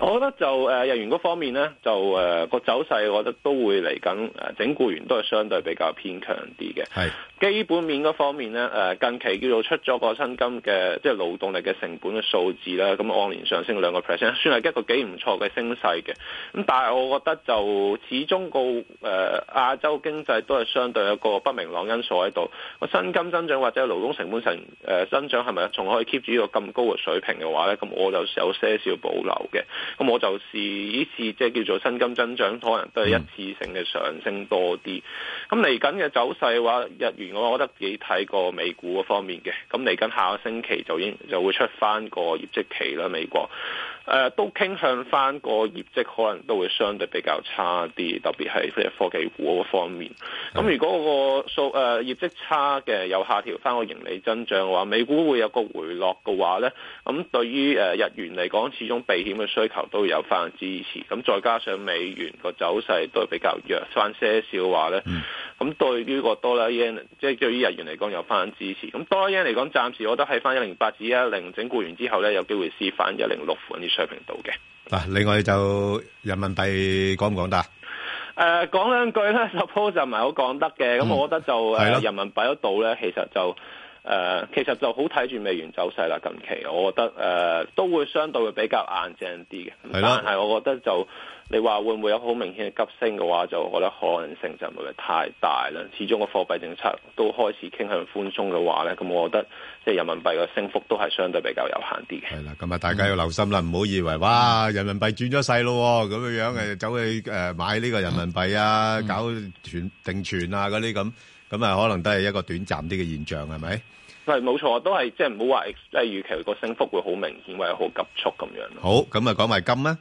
W: 我覺得就誒、呃日元嗰方面咧，就誒個、走勢，我覺得都會嚟緊誒呃整固完都係相對比較偏強啲嘅。
B: 係
W: 基本面嗰方面咧，誒、近期叫做出咗個薪金嘅即係勞動力嘅成本嘅數字啦，咁按年上升兩個 percent，算係一個幾唔錯嘅升勢嘅。咁但係我覺得就始終個誒、呃、亞洲經濟都係相對有一個不明朗因素喺度。個薪金增長或者勞工成本成誒、呃增長係咪仲可以 keep 住呢個咁高嘅水平嘅話咧？咁我就有些少保留嘅。咁我就試呢次即係叫做薪金增長，可能都係一次性嘅上升多啲。咁嚟緊嘅走勢嘅話，日元我覺得幾睇過美股嗰方面嘅。咁嚟緊下個星期就應就會出翻個業績期啦，美國。誒、都傾向翻個業績，可能都會相對比較差啲，特別係即係科技股嗰方面。咁如果個數誒、呃、業績差嘅，又下調翻個盈利增長嘅話，美股會有個回落嘅話咧，咁對於誒、呃日元嚟講，始終避險嘅需求都有翻支持。咁再加上美元個走勢都係比較弱翻些少嘅話咧，咁、對於個多啦 yen 即係對於日元嚟講有翻支持。咁多啦 yen 嚟講，暫時我覺得喺翻一零八至一零整固完之後咧，有機會試翻一零六款啲水平度嘅。
B: 嗱，另外就人民幣講唔講得啊？
W: 誒、呃講兩句咧，suppose 就唔係好講得嘅。咁、我覺得就誒、
B: 嗯
W: 呃
B: 係咯
W: 人民幣嗰度咧，其實就誒、呃其實就好睇住美元走勢啦。近期我覺得誒、呃都會相對會比較硬淨啲嘅。
B: 係咯
W: 但係我覺得就你話會唔會有好明顯嘅急升嘅話，就我覺得可能性就唔會太大啦。始終個貨幣政策都開始傾向寬鬆嘅話咧，咁我覺得即係人民幣嘅升幅都係相對比較有限啲嘅。
B: 咁啊，大家要留心啦，唔好以為，哇，人民幣轉咗勢咯喎，咁樣樣，誒，走去，誒，買呢個人民幣啊，搞存-定存啊，嗰啲咁，咁啊，可能都係一個短暫啲嘅現象，係咪？
W: 係冇錯，都係即係唔好話即係預期個升幅會好明顯或者好急速咁樣咯。
B: 好，咁啊，講埋金啦。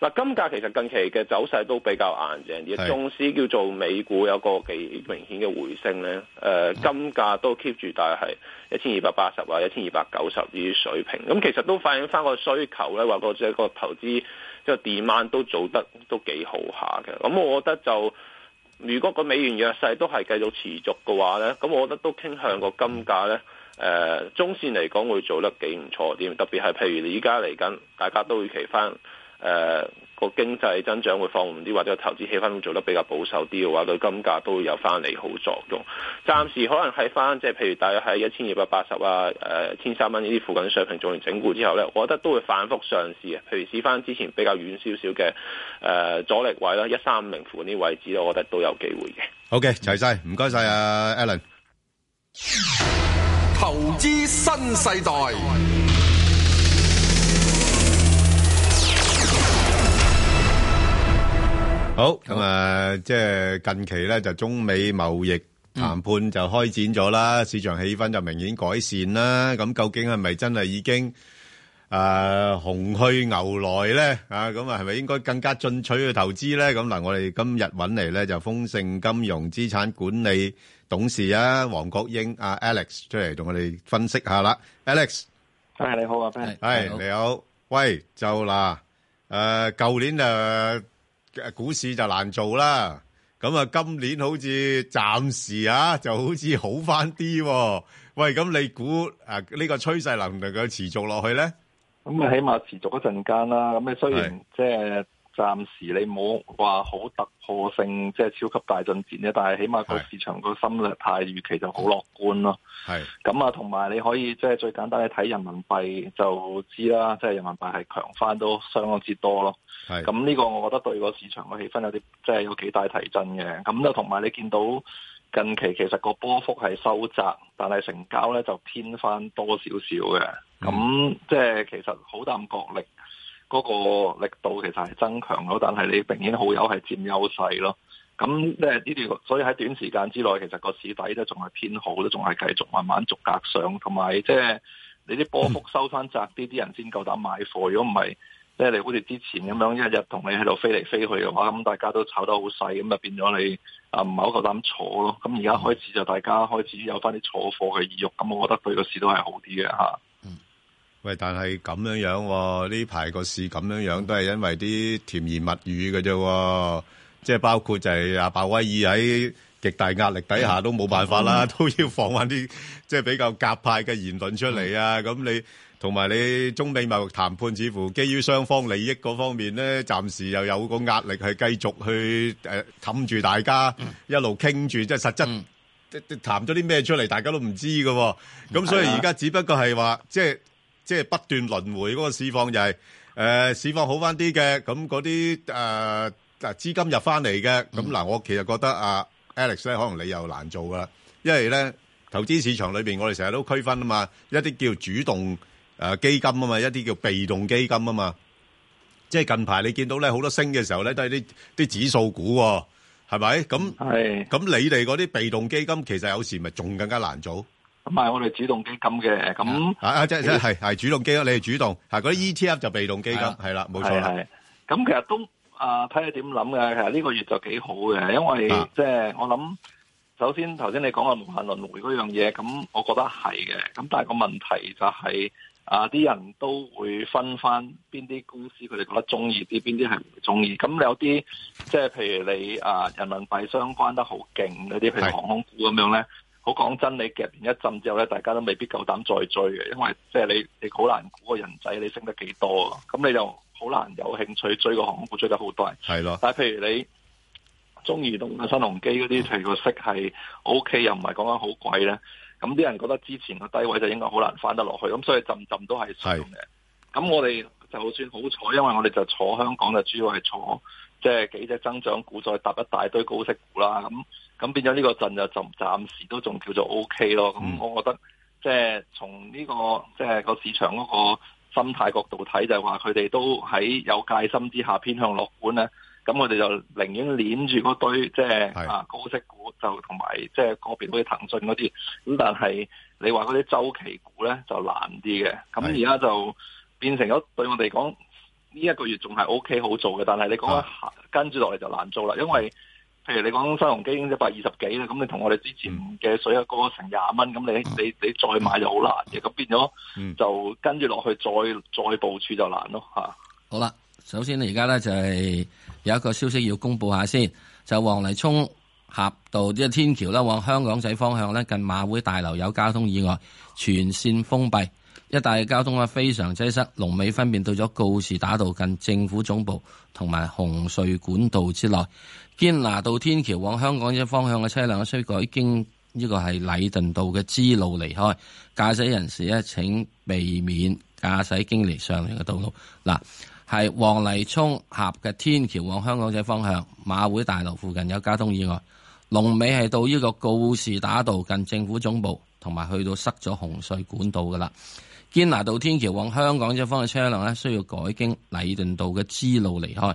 W: 嗱，金價其實近期嘅走勢都比較硬淨
B: 係
W: 啲，縱使叫做美股有個幾明顯嘅回升咧，誒、金價都 keep 住大係一千二百八十啊、一千二百九十呢啲水平，咁其實都反映翻個需求咧，或者即係個投資即係 demand 都做得都幾好下嘅，咁我覺得就。如果個美元弱勢都係繼續持續嘅話咧，咁我覺得都傾向個金價咧，誒、誒中線嚟講會做得幾唔錯啲，特別係譬如你依家嚟緊，大家都預期翻誒呃個經濟增長會放緩啲，或者投資氣氛會做得比較保守啲嘅話，對金價都會有翻利好作用。暫時可能喺翻即係譬如大約喺一千二百八十啊誒千三蚊呢啲附近水平做完整固之後呢，我覺得都會反覆上試嘅。譬如試翻之前比較遠少少嘅誒阻力位啦，一三五零附近啲位置咧，我覺得都有機會嘅。
B: OK，齊晒，唔該晒啊，Alan。
M: 投資新世代，
B: 好，咁啊，即係近期咧就中美貿易談判就開展咗啦，市場氣氛就明顯改善啦。咁究竟係咪真係已經誒紅去牛來咧？啊，咁啊係咪應該更加進取去投資咧？咁嗱，我哋今日揾嚟咧就豐盛金融資產管理董事啊，黃國英啊 Alex 出嚟同我哋分析下啦，Alex。
I: 係你好啊，Ben。
B: 係，你好。喂，就嗱，誒，舊年就，誒，股市就難做啦，咁啊，今年好似暫時啊，就好似好返啲喎。喂，咁你估，啊，呢個趨勢能唔能夠持續落去呢？
I: 咁啊，起碼持續一陣間啦。咁你雖然即係暫時你冇話好突破性，即係超級大進展啫，但係起碼個市場個心態預期就好樂觀咯。
B: 係。
I: 咁啊，同埋你可以即係最簡單，你睇人民幣就知啦，即係人民幣係強翻都相當之多咯。
B: 係
I: 咁呢個我覺得對個市場嘅氣氛有啲即係有幾大提振嘅。咁就同埋你見到近期其實個波幅係收窄，但係成交咧就偏翻多少少嘅。咁即係其實好淡角力嗰個力度其實係增強咗，但係你明顯好友係佔優勢咯。咁即係呢條，所以喺短時間之內，其實個市底都仲係偏好，都仲係繼續慢慢逐格上，同埋即係你啲波幅收翻窄啲，啲人先夠膽買貨。如果唔係，即係你好似之前咁樣一日同你喺度飛嚟飛去嘅話，咁大家都炒得好細，咁就變咗你啊唔係好夠膽坐咯。咁而家開始就大家開始有翻啲坐貨嘅意欲，咁我覺得對個市都係好啲嘅嚇。
B: 喂，但係咁樣樣喎，呢排個市咁樣樣都係因為啲甜言蜜語嘅啫喎，即係包括就係阿鮑威爾喺極大壓力底
I: 嗯
B: 下都冇辦法啦，都要放翻啲即係比較鴿派嘅言論出嚟啊！
I: 嗯
B: 咁你同埋你中美貿易談判，似乎基於雙方利益嗰方面咧，暫時又有個壓力係繼續去誒氹住大家
I: 嗯
B: 一路傾住，即係實質。即即談咗啲咩出嚟，大家都唔知嘅喎。咁所以而家只不過係話，即係即係不斷輪迴嗰個市況就係、誒市況好翻啲嘅，咁嗰啲誒嗱資金入翻嚟嘅，咁嗱、我其實覺得啊 Alex 咧，可能你又難做噶啦，因為咧投資市場裏邊我哋成日都區分啊嘛，一啲叫主動誒、呃基金啊嘛，一啲叫被動基金啊嘛，即係近排你見到咧好多升嘅時候咧都係啲啲指數股喎、係咪？咁咁你哋嗰啲被動基金其實有時咪仲更加難做。
I: 咁係我哋主動基金嘅，咁
B: 啊啊，即係即係係係主動基金，你係主動，係嗰啲 ETF 就被動基金，係啦，冇錯啦
I: 係，咁其實都啊睇你點諗嘅，其實呢個月就幾好嘅，因為
B: 啊
I: 即係我諗，首先頭先你講嘅無限輪迴嗰樣嘢，咁我覺得係嘅，咁但係個問題就係、啊！啲人都會分翻邊啲公司佢哋覺得中意啲，邊啲係唔中意。咁你有啲即係譬如你啊人民幣相關得好勁嗰啲，譬如航空股咁樣咧，好講真，你夾完一陣之後咧，大家都未必夠膽再追嘅，因為即係你你好難估個人仔你升得幾多啊，咁你就好難有興趣追個航空股追得好多人。
B: 係咯。
I: 但係譬如你中移動嘅新鴻基嗰啲，譬如個息係 O K，又唔係講緊好貴咧，咁啲人覺得之前個低位就應該好難翻得落去，咁所以浸浸都係上嘅。咁我哋就算好彩，因為我哋就坐香港就主要係坐即係幾隻增長股，再搭一大堆高息股啦。咁咁變咗呢個陣就就暫時都仲叫做 O K 咯。咁我覺得即係從呢個即係個市場嗰個心態角度睇，就係話佢哋都喺有戒心之下偏向樂觀咧。咁我哋就寧願攆住嗰堆即係啊高息股，就同埋即係個別好似騰訊嗰啲。咁但係你話嗰啲周期股咧就難啲嘅。咁而家就變成咗對我哋講呢一個月仲係 O K 好做嘅，但係你講緊下跟住落嚟就難做啦，因為譬如你講新鴻基已經一百二十幾啦，咁你同我哋之前嘅水啊哥成廿蚊，咁你你你再買就好難嘅，咁變咗就跟住落去再再部署就難咯嚇。
A: 好啦，首先你而家咧就係有一個消息要公布下先，就黃泥涌峽道即係天橋啦，往香港仔方向咧，近馬會大樓有交通意外，全線封閉，一帶嘅交通啊非常擠塞。龍尾分辨到咗告士打道近政府總部同埋紅隧管道之內，堅拿道天橋往香港仔方向嘅車輛需改經呢個係禮頓道嘅支路離開，駕駛人士咧請避免駕駛經離上嚟嘅道路。嗱。係黃泥涌峽嘅天橋往香港仔方向，馬會大樓附近有交通意外。龍尾係到呢個告士打道近政府總部，同埋去到塞咗紅隧管道噶啦。堅拿道天橋往香港仔方向車輛咧，需要改經禮頓道嘅支路離開。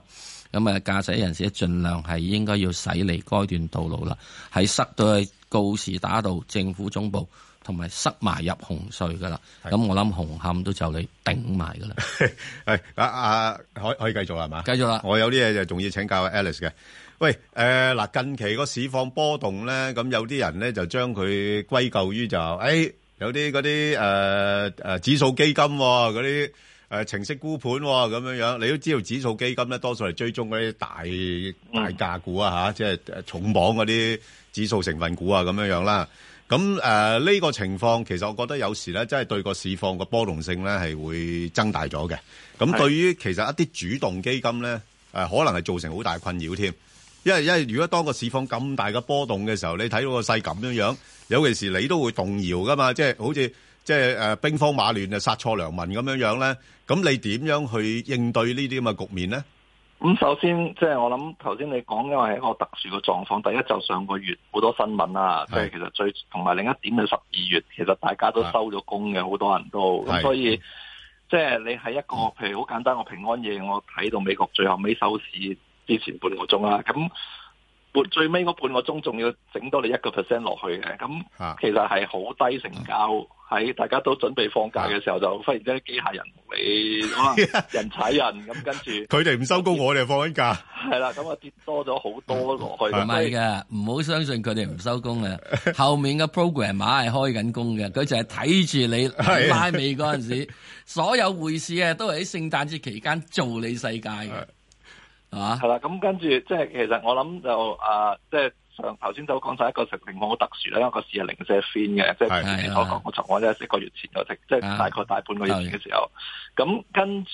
A: 咁啊，駕駛人士咧盡量係應該要駛離該段道路啦，係塞到去告士打道政府總部，同埋塞埋入紅隧噶啦。咁我諗紅磡都就你頂埋噶啦。
B: 係啊啊，可可以繼續啦，係嘛？
A: 繼續啦。
B: 我有啲嘢就仲要請教 Alice 嘅。喂，誒、嗱，近期個市況波動咧，咁有啲人咧就將佢歸咎於就誒、哎有啲嗰啲誒誒指數基金喎、嗰啲誒程式沽盤喎咁樣樣，你都知道指數基金咧多數係追蹤嗰啲大大價股啊嚇，即係誒重磅嗰啲指數成分股啊咁樣樣啦。咁誒呢個情況其實我覺得有時咧，真係對個市況個波動性咧係會增大咗嘅。咁
W: 係
B: 對於其實一啲主動基金咧，誒、可能係造成好大困擾添。因為因為如果當個市況咁大嘅波動嘅時候，你睇到個勢咁樣樣，尤其是你都會動搖噶嘛，即係好似即係誒兵荒馬亂啊，殺錯良民咁樣樣咧。咁你點樣去應對呢啲咁嘅局面咧？
I: 咁首先，即係我諗頭先你講，因為係一個特殊嘅狀況。第一就上個月好多新聞啦，即係其實最同埋另一點就十二月，其實大家都收咗工嘅，好多人都
W: 係
I: 咁，所以即係你喺一個譬如好簡單，我平安夜我睇到美國最後尾收市之前半個鐘啦，咁半最尾嗰半個鐘仲要整多你一個 percent 落去嘅，咁其實係好低成交。喺大家都準備放假嘅時候，就忽然之間機械人同你可 能人踩人咁，跟住。
B: 佢哋唔收工，我哋放緊假。
I: 係啦，咁啊跌多咗好多落
A: 唔
I: 去。咁
A: 係
I: 所以
A: 嗯嘅，唔好相信佢哋唔收工啊！後面嘅 program 係開緊工嘅，佢就係睇住你拉尾嗰陣 時，所有會事啊都係喺聖誕節期間做你世界嘅，係嘛？
I: 係啦，咁跟住即係其實我諗就啊，即係上頭先都講晒一個情況好特殊啦，因為個市係零舍 f 嘅，即係
W: 係
I: 之前所講我就我咧一個月前就停，即係大概大半個月前嘅時候，咁跟住。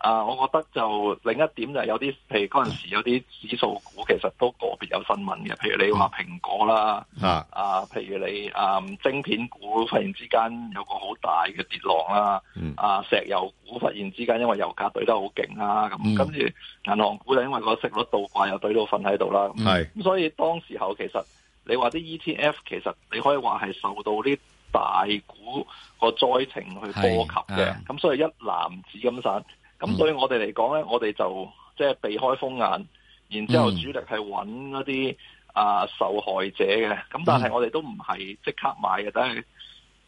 I: 啊，我覺得就另一點就係有啲，譬如嗰陣時有啲指數股其實都個別有新聞嘅，譬如你話蘋果啦，
B: 啊
I: 啊，譬如你啊晶片股忽然之間有個好大嘅跌浪啦，
W: 嗯
I: 啊石油股忽然之間因為油價對得好勁啦，咁
W: 嗯
I: 跟住銀行股就因為個息率倒掛又對到瞓喺度啦，
W: 係
I: 咁所以當時候其實你話啲 ETF 其實你可以話係受到啲大股個災情去波及
W: 係
I: 嘅
W: 啊，嗯
I: 咁所以一籃子咁散，咁對我哋嚟講咧，我哋就即係避開風眼，然之後
W: 嗯
I: 主力係揾嗰啲啊受害者嘅，咁但
W: 嗯
I: 係我哋都唔係即刻買嘅，等係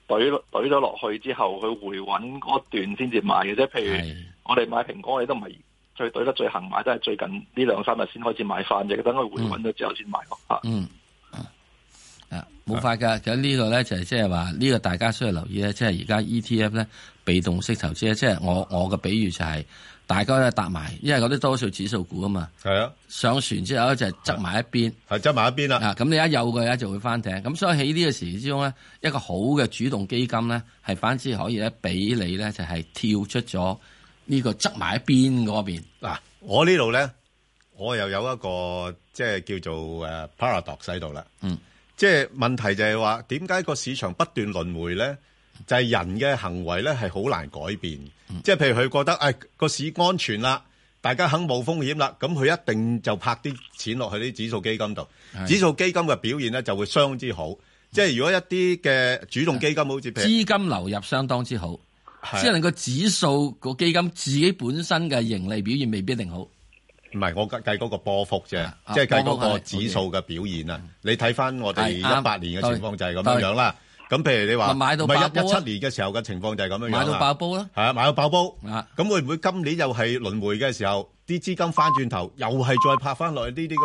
I: 懟落懟咗落去之後，佢回穩嗰段先至買嘅啫。譬如我哋買蘋果，我哋都唔係最懟得最行買，都係最近呢兩三日先開始買翻嘅，等佢
W: 嗯
I: 回穩咗之後先買咯。嚇
A: 嗯，啊，冇法噶，咁呢個咧就係即係話呢個大家需要留意咧，即係而家 E ETF 咧被動式投資咧，即係我我嘅比喻就係、大家都搭埋，因為嗰啲多數指數股啊嘛，
B: 係啊，
A: 上船之後咧就係執埋一邊，
B: 係執埋一邊啦。
A: 啊，咁你一有嘅咧就會翻艇，咁所以喺呢個時之中咧，一個好嘅主動基金咧，係反之可以咧俾你咧就係跳出咗呢個執埋一邊嗰邊。
B: 嗱，我呢度咧，我又有一個即係叫做誒 paradox 喺度啦。
A: 嗯，
B: 即係問題就係話，點解個市場不斷輪迴咧？就係、人嘅行為咧係好難改變。
A: 嗯
B: 即係譬如佢覺得誒、哎、個市安全啦，大家肯冇風險啦，咁佢一定就拍啲錢落去啲指數基金度。
A: 係
B: 指數基金嘅表現咧就會相當之好。即係如果一啲嘅主動基金好似譬如
A: 資金流入相當之好，即係能夠指數個基金自己本身嘅盈利表現未必一定好。
B: 唔係，我計計嗰個波幅啫，
A: 啊
B: 即係計嗰
A: 波幅
B: 個
A: 係
B: 指數嘅表現啊。你睇翻我哋
A: 係啱
B: 一八年嘅情況就係咁樣
A: 對
B: 樣啦。咁譬如你話
A: 咪買到
B: 唔
A: 爆
B: 係
A: 煲
B: 一
A: 啊
B: 一七年嘅時候嘅情況就係咁樣樣啦
A: 買到爆煲啦，
B: 係啊，買到爆煲。咁會唔會今年又係輪迴嘅時候，啲資金翻轉頭又係再拍翻落去呢啲咁？